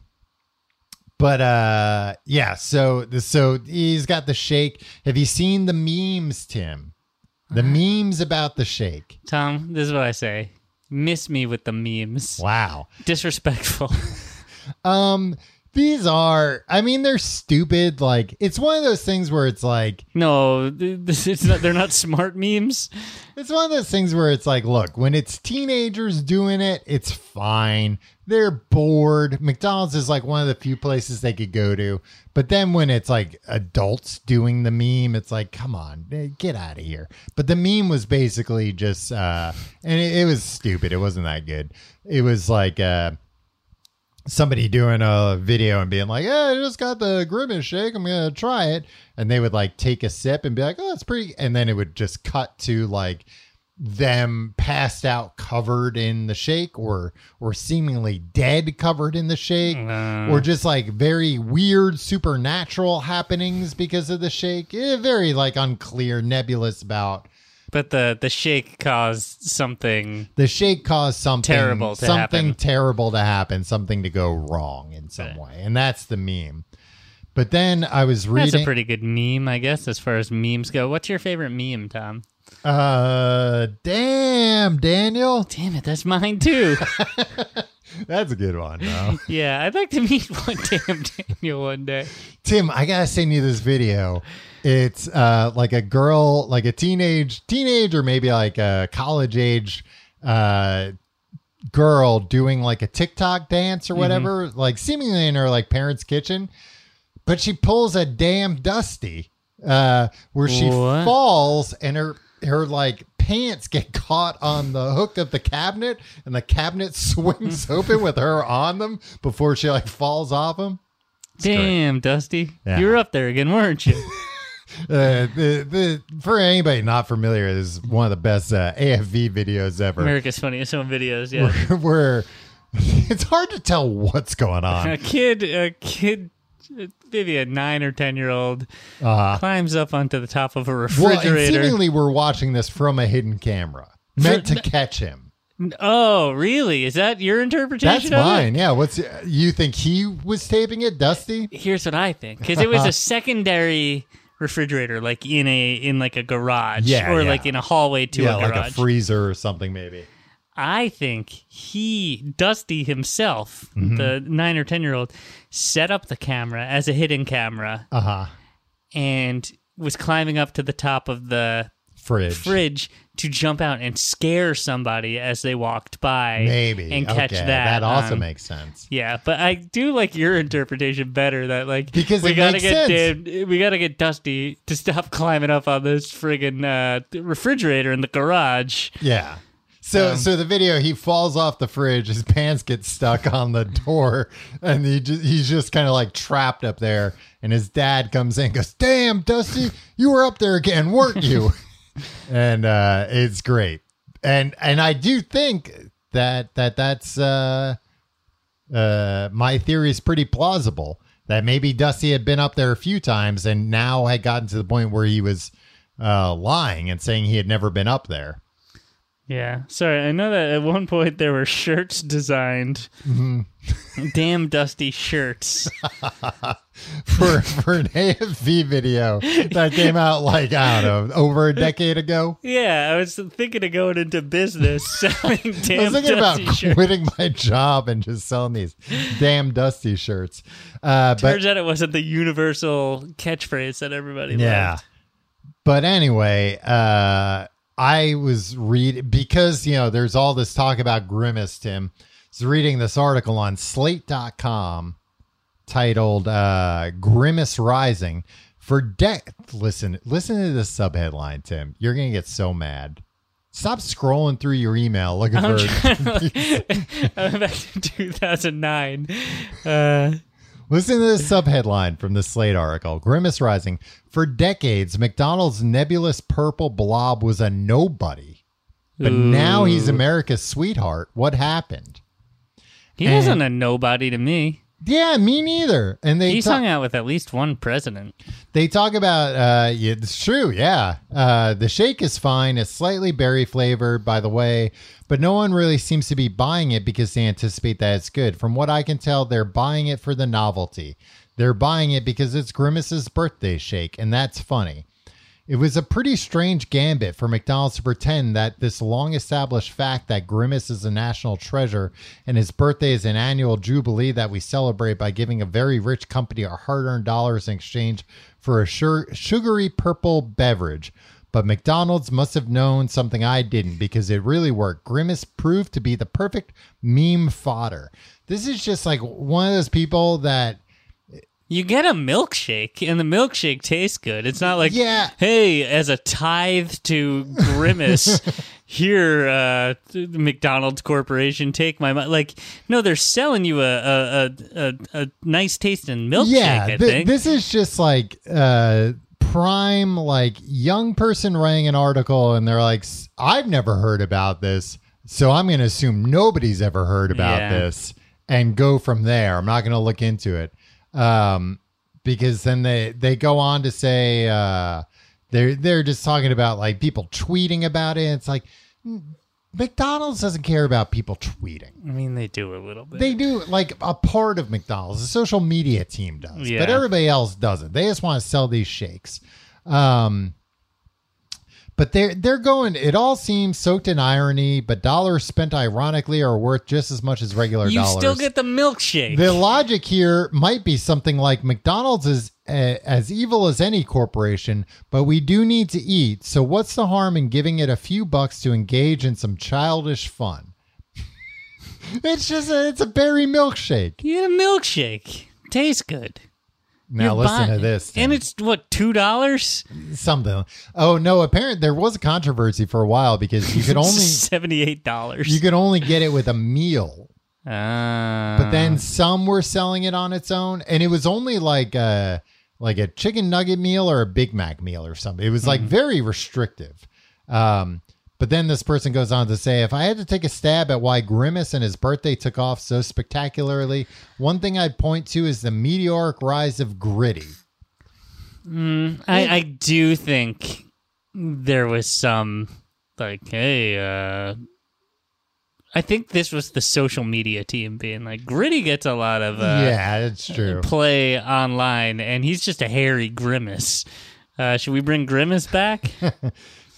but uh, yeah. So so he's got the shake. Have you seen the memes, Tim? The memes about the shake. Tom, this is what I say. Miss me with the memes. Wow. Disrespectful. Um, these are. I mean, they're stupid. Like it's one of those things where it's like no, th- this is not, they're not smart memes. It's one of those things where it's like, look, when it's teenagers doing it, it's fine. They're bored. McDonald's is like one of the few places they could go to. But then when it's like adults doing the meme, it's like, come on, eh, get out of here. But the meme was basically just, uh, and it, it was stupid. It wasn't that good. It was like, uh, somebody doing a video and being like, "Yeah, I just got the Grimace shake. I'm gonna try it," and they would like take a sip and be like, "Oh, that's pretty," and then it would just cut to like them passed out covered in the shake or or seemingly dead covered in the shake Uh, or just like very weird supernatural happenings because of the shake Eh, very like unclear nebulous about but the the shake caused something. the shake caused something Terrible to something happen. terrible to happen something to go wrong in some way and that's the meme but then i was reading That's a pretty good meme, I guess, as far as memes go. What's your favorite meme, Tom? uh damn daniel Damn it, that's mine too. that's a good one though. yeah, I'd like to meet one damn Daniel one day. Tim, I gotta send you this video. It's uh, like a girl, like a teenage, teenage or maybe like a college age uh, girl doing like a TikTok dance or whatever, like seemingly in her like parents' kitchen, but she pulls a damn dusty uh, where she What? falls and her her like pants get caught on the hook of the cabinet and the cabinet swings open with her on them before she like falls off them. great. Damn, Dusty, Yeah. you were up there again, weren't you? Uh, the, the, for anybody not familiar, this is one of the best uh, AFV videos ever. America's Funniest Home Videos. Yeah, Where it's hard to tell what's going a on. kid, a kid, maybe a nine or ten year old Uh, climbs up onto the top of a well, and refrigerator. seemingly we're watching this from a hidden camera meant to catch him. oh, really? Is that your That's interpretation? of it? mine. Yeah. What's you think he was taping it, Dusty? Here's what I think, because it was a secondary refrigerator, like in a in like a garage, Yeah, or yeah. like in a hallway to yeah, a uh, like a garage. freezer or something, maybe. I think he, Dusty himself, Mm-hmm. the nine or ten year old, set up the camera as a hidden camera Uh huh. and was climbing up to the top of the Fridge. fridge to jump out and scare somebody as they walked by, Maybe. and catch Okay, that. That also on- makes sense. Yeah, but I do like your interpretation better. That like Because we it gotta makes get sense. Dan- we gotta get Dusty to stop climbing up on this friggin' uh, refrigerator in the garage. Yeah. So so the video he falls off the fridge, his pants get stuck on the door, and he just, he's just kind of like trapped up there. And his dad comes in, and goes, "Damn, Dusty, you were up there again, weren't you?" and uh, it's great. And and I do think that that that's uh, uh, my theory is pretty plausible. That maybe Dusty had been up there a few times, and now had gotten to the point where he was uh, lying and saying he had never been up there. Yeah, sorry. I know that at one point there were shirts designed, Mm-hmm. damn Dusty shirts. for for an AFV video that came out like I don't know over a decade ago. yeah, I was thinking of going into business selling I was damn thinking about Dusty shirts. quitting my job and just selling these damn dusty shirts. Uh, but Turns out it wasn't the universal catchphrase that everybody yeah. loved. But anyway, uh, I was read because you know there's all this talk about grimace. Tim I was reading this article on Slate.com titled uh, "Grimace Rising." For de- listen, listen to this subheadline, Tim. You're gonna get so mad. Stop scrolling through your email looking I'm for trying to, I'm back to 2009. Uh, Listen to this subheadline from the Slate article Grimace Rising. For decades, McDonald's nebulous purple blob was a nobody. But now he's America's sweetheart. What happened? he And- wasn't a nobody to me. Yeah, me neither. And they He's ta- hung out with at least one president. They talk about uh, yeah, it's true, yeah. Uh, the shake is fine. It's slightly berry flavored, by the way, but no one really seems to be buying it because they anticipate that it's good. From what I can tell, they're buying it for the novelty. They're buying it because it's Grimace's birthday shake, and that's funny. It was a pretty strange gambit for McDonald's to pretend that this long established fact that Grimace is a national treasure and his birthday is an annual jubilee that we celebrate by giving a very rich company our hard earned dollars in exchange for a sure, sugary purple beverage. But McDonald's must have known something I didn't because it really worked. Grimace proved to be the perfect meme fodder. This is just like one of those people that You get a milkshake, and the milkshake tastes good. It's not like, Yeah. hey, as a tithe to Grimace, here, uh, McDonald's Corporation, take my money. Like, no, they're selling you a a, a, a, a nice tasting milkshake. yeah, I thi- think. this is just like uh, prime, like young person writing an article, and they're like, "S- "I've never heard about this, so I'm going to assume nobody's ever heard about Yeah. this, and go from there. I'm not going to look into it." Um, because then they they go on to say uh, they're they're just talking about like people tweeting about it. It's like. mm, McDonald's doesn't care about people tweeting. I mean, they do a little bit. They do like a part of McDonald's. The social media team does, Yeah. but everybody else doesn't. They just want to sell these shakes. Um, but they're they're going. It all seems soaked in irony, but dollars spent ironically are worth just as much as regular you dollars. still get the milkshake. the logic here might be something like McDonald's is uh, as evil as any corporation, but we do need to eat. So what's the harm in giving it a few bucks to engage in some childish fun? it's just a, it's a berry milkshake. you get a milkshake. Tastes good. Now You're listen buying- to this. Tim. And it's what two dollars? something. Oh no! Apparently there was a controversy for a while because you could only seventy-eight dollars. you could only get it with a meal. Ah. But then some were selling it on its own, and it was only like a like a chicken nugget meal or a Big Mac meal or something. It was like very restrictive. Um, but then this person goes on to say, if I had to take a stab at why Grimace and his birthday took off so spectacularly, one thing I'd point to is the meteoric rise of Gritty. I, I do think there was some like, hey, uh I think this was the social media team being like, Gritty gets a lot of uh, yeah, it's true. play online, and he's just a hairy grimace. Uh, should we bring Grimace back?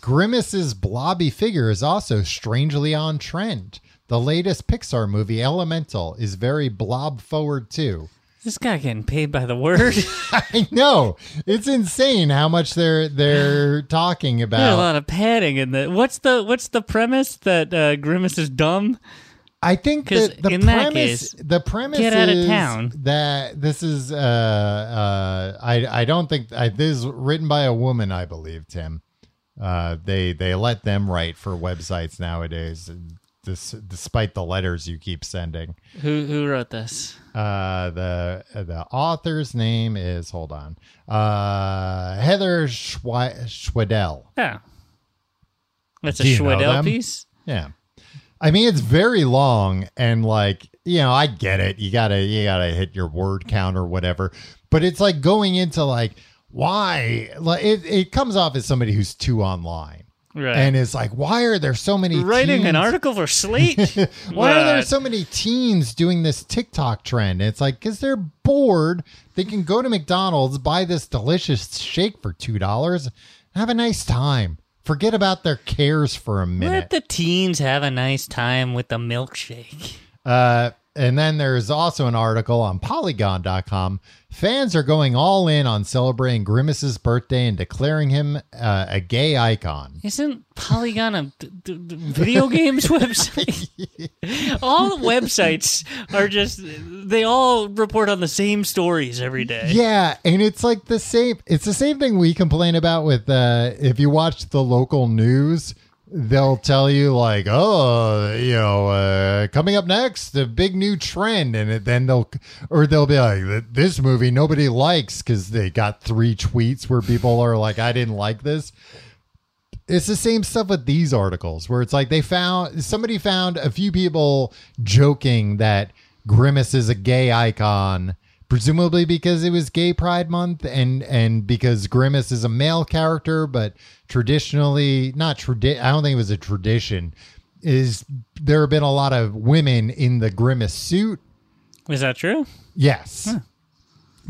Grimace's blobby figure is also strangely on trend. The latest Pixar movie, Elemental, is very blob forward too. this guy getting paid by the word. I know it's insane how much they're they're talking There's a about. lot of padding in the. What's the What's the premise that uh, Grimace is dumb? I think 'Cause that the in that premise case, the premise get out of is town. that this is uh uh I I don't think I, this is written by a woman I believe Tim. Uh, they they let them write for websites nowadays, dis- despite the letters you keep sending. Who Who wrote this? Uh, the the author's name is hold on, uh, Heather Schwe- Schwedell. Yeah. That's a Do you know Schwedel them? piece. Yeah. I mean, it's very long and like, you know, I get it. You gotta, you gotta hit your word count or whatever, but it's like going into like, why? Like it, it comes off as somebody who's too online Right. and it's like, why are there so many writing an E teens- article for Slate? Why are there What? so many teens doing this TikTok trend? It's like, cause they're bored. They can go to McDonald's, buy this delicious shake for $2, have a nice time. Forget about their cares for a minute. Let the teens have a nice time with the milkshake. Uh, and then there's also an article on polygon.com. Fans are going all in on celebrating Grimace's birthday and declaring him uh, a gay icon. Isn't Polygon a d- d- d- video games website? all websites are just, they all report on the same stories every day. Yeah, and it's like the same it's the same thing we complain about with uh if you watch the local news, they'll tell you like, "Oh, you know, uh coming up next, the big new trend." And it, then they'll or they'll be like, "This movie nobody likes cuz they got three tweets where people are like, "I didn't like this." it's the same stuff with these articles where it's like they found somebody found a few people joking that grimace is a gay icon presumably because it was gay pride month and and because grimace is a male character but traditionally not tradi- i don't think it was a tradition is there have been a lot of women in the grimace suit Is that true? Yes.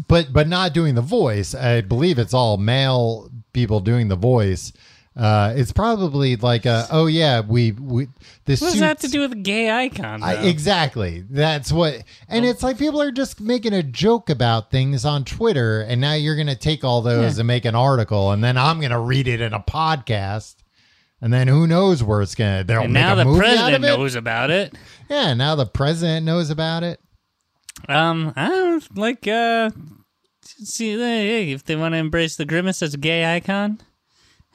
But but not doing the voice. I believe it's all male people doing the voice. Uh, it's probably like a, oh yeah we we this What does suits- that have to do with Oh. gay icon? I, though? exactly that's what and it's like people are just making a joke about things on Twitter and now you're gonna take all those and make an article and then I'm gonna read it in a podcast and then who knows where it's gonna they'll and make now a the movie out president of it knows about it. yeah now the president knows about it Um, I don't know, like uh, see, hey, if they want to embrace the grimace as a gay icon,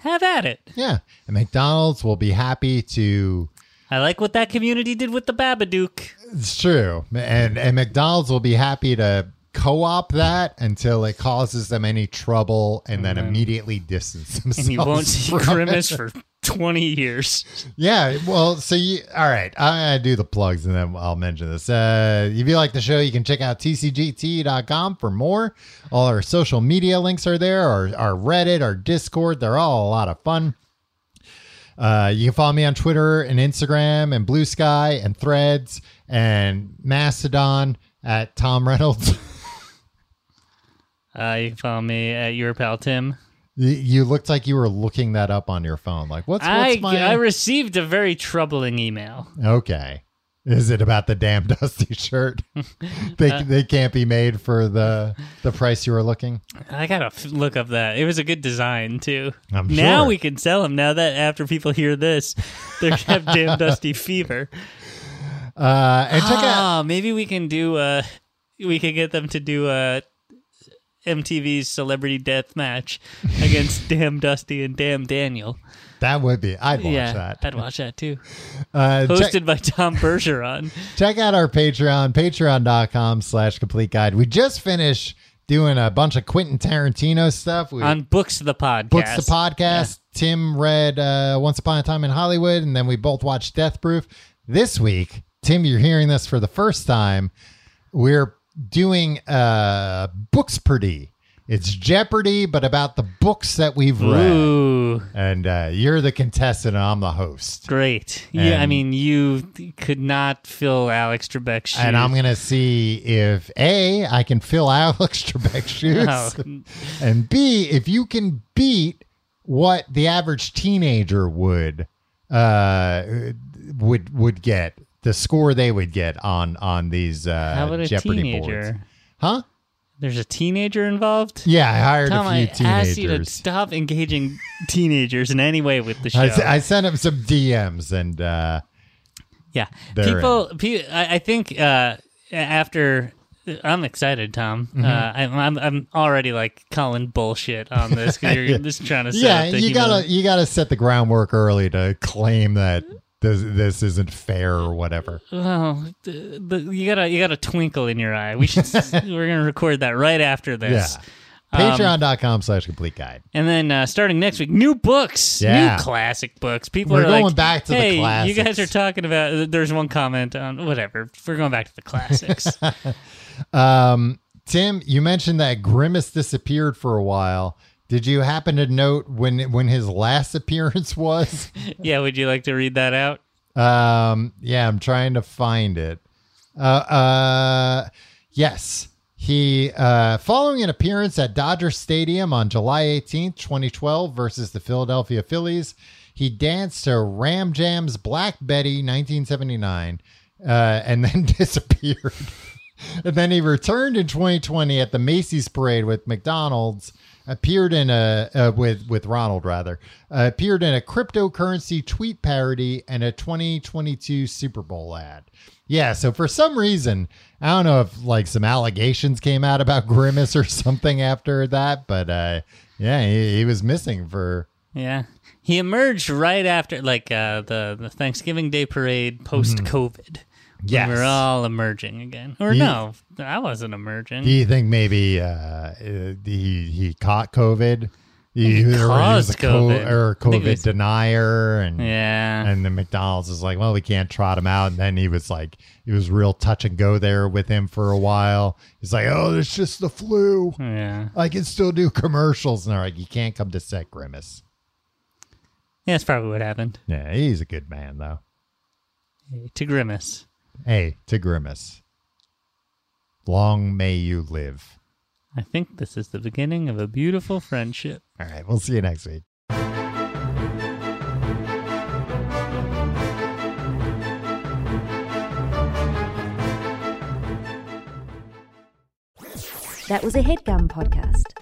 have at it. Yeah. And McDonald's will be happy to I like what that community did with the Babadook. It's true. And and McDonald's will be happy to co-op that until it causes them any trouble and then immediately distance themselves. And you won't see from it. Grimace for 20 years. Yeah, well, so you all right. I do the plugs and then I'll mention this. Uh, if you like the show, you can check out tcgt.com for more. All our social media links are there, our, our Reddit, our Discord, they're all a lot of fun. Uh, you can follow me on Twitter and Instagram and Blue Sky and Threads and Mastodon at Tom Reynolds. Uh, you can follow me at your pal Tim. you, you looked like you were looking that up on your phone. Like, what's, what's I, my I received a very troubling email. Okay. Is it about the damn dusty shirt? they Uh, they can't be made for the the price you were looking. I gotta f- look up that. It was a good design too. I'm now sure. we can sell them. Now that after people hear this, they're gonna have damn dusty fever. Uh, and check out. Ah, maybe we can do. Uh, we can get them to do uh, a MTV's Celebrity Death Match against Damn Dusty and Damn Daniel. That would be. I'd watch yeah, that. I'd watch that too. Uh, check- Hosted by Tom Bergeron. check out our patreon patreon.com slash complete guide we just finished doing a bunch of quentin tarantino stuff we on Books the Podcast. books the podcast tim read uh, once upon a time in hollywood and then we both watched death proof this week tim you're hearing this for the first time we're doing uh books pretty it's jeopardy but about the books that we've read Ooh, and uh, you're the contestant and i'm the host great. yeah, I And- mean, you could not fill Alex Trebek's shoes. and I'm gonna see if A, I can fill Alex Trebek's shoes, No. and B, if you can beat what the average teenager would uh would would get the score they would get on on these uh How about a Jeopardy teenager? boards, huh? There's a teenager involved? Yeah, I hired Tom, a I few asked you to teenagers. stop engaging teenagers in any way with the show. I, s- I sent him some DMs and uh yeah, They're people. Pe- I, I think uh, after I'm excited, Tom. Mm-hmm. Uh, I'm, I'm I'm already like calling bullshit on this because you're just trying to set yeah, up the you humili- gotta you gotta set the groundwork early to claim that this this isn't fair or whatever. Well, the, the, you got a you got a twinkle in your eye. We should. s- we're gonna record that right after this, Yeah. Um, Patreon.com slash complete guide. and then uh, starting next week, new books, Yeah. new classic books. People We're are going like, back to the hey, classics." You guys are talking about. There's one comment on whatever. We're going back to the classics. Um, Tim, you mentioned that Grimace disappeared for a while. Did you happen to note when when his last appearance was? yeah, would you like to read that out? Um, yeah, I'm trying to find it. Uh, uh, yes. He, uh, following an appearance at Dodger Stadium on July 18th, 2012, versus the Philadelphia Phillies, he danced to Ram Jam's Black Betty 1979 uh, and then disappeared. and then he returned in 2020 at the Macy's parade with McDonald's. Appeared in a uh, with with Ronald rather uh, appeared in a cryptocurrency tweet parody and a 2022 Super Bowl ad. Yeah, so for some reason, I don't know if like some allegations came out about Grimace or something after that, but uh, yeah, he, he was missing for Yeah. He emerged right after like uh, the the Thanksgiving Day parade post COVID. Mm-hmm. Yes. we were all emerging again. Or Ye- no, I wasn't emerging. Do you think maybe uh, uh, he he caught COVID? He, or caused COVID. or I think COVID it was- denier, and yeah. and then McDonald's is like, well, we can't trot him out. And then he was like, it was real touch and go there with him for a while. He's like, oh, it's just the flu. yeah. I can still do commercials, and they're like, you can't come to set, grimace. Yeah, that's probably what happened. Yeah, he's a good man though. To Grimace. Hey, to grimace. Long may you live. I think this is the beginning of a beautiful friendship. All right, we'll see you next week. That was a headgum podcast.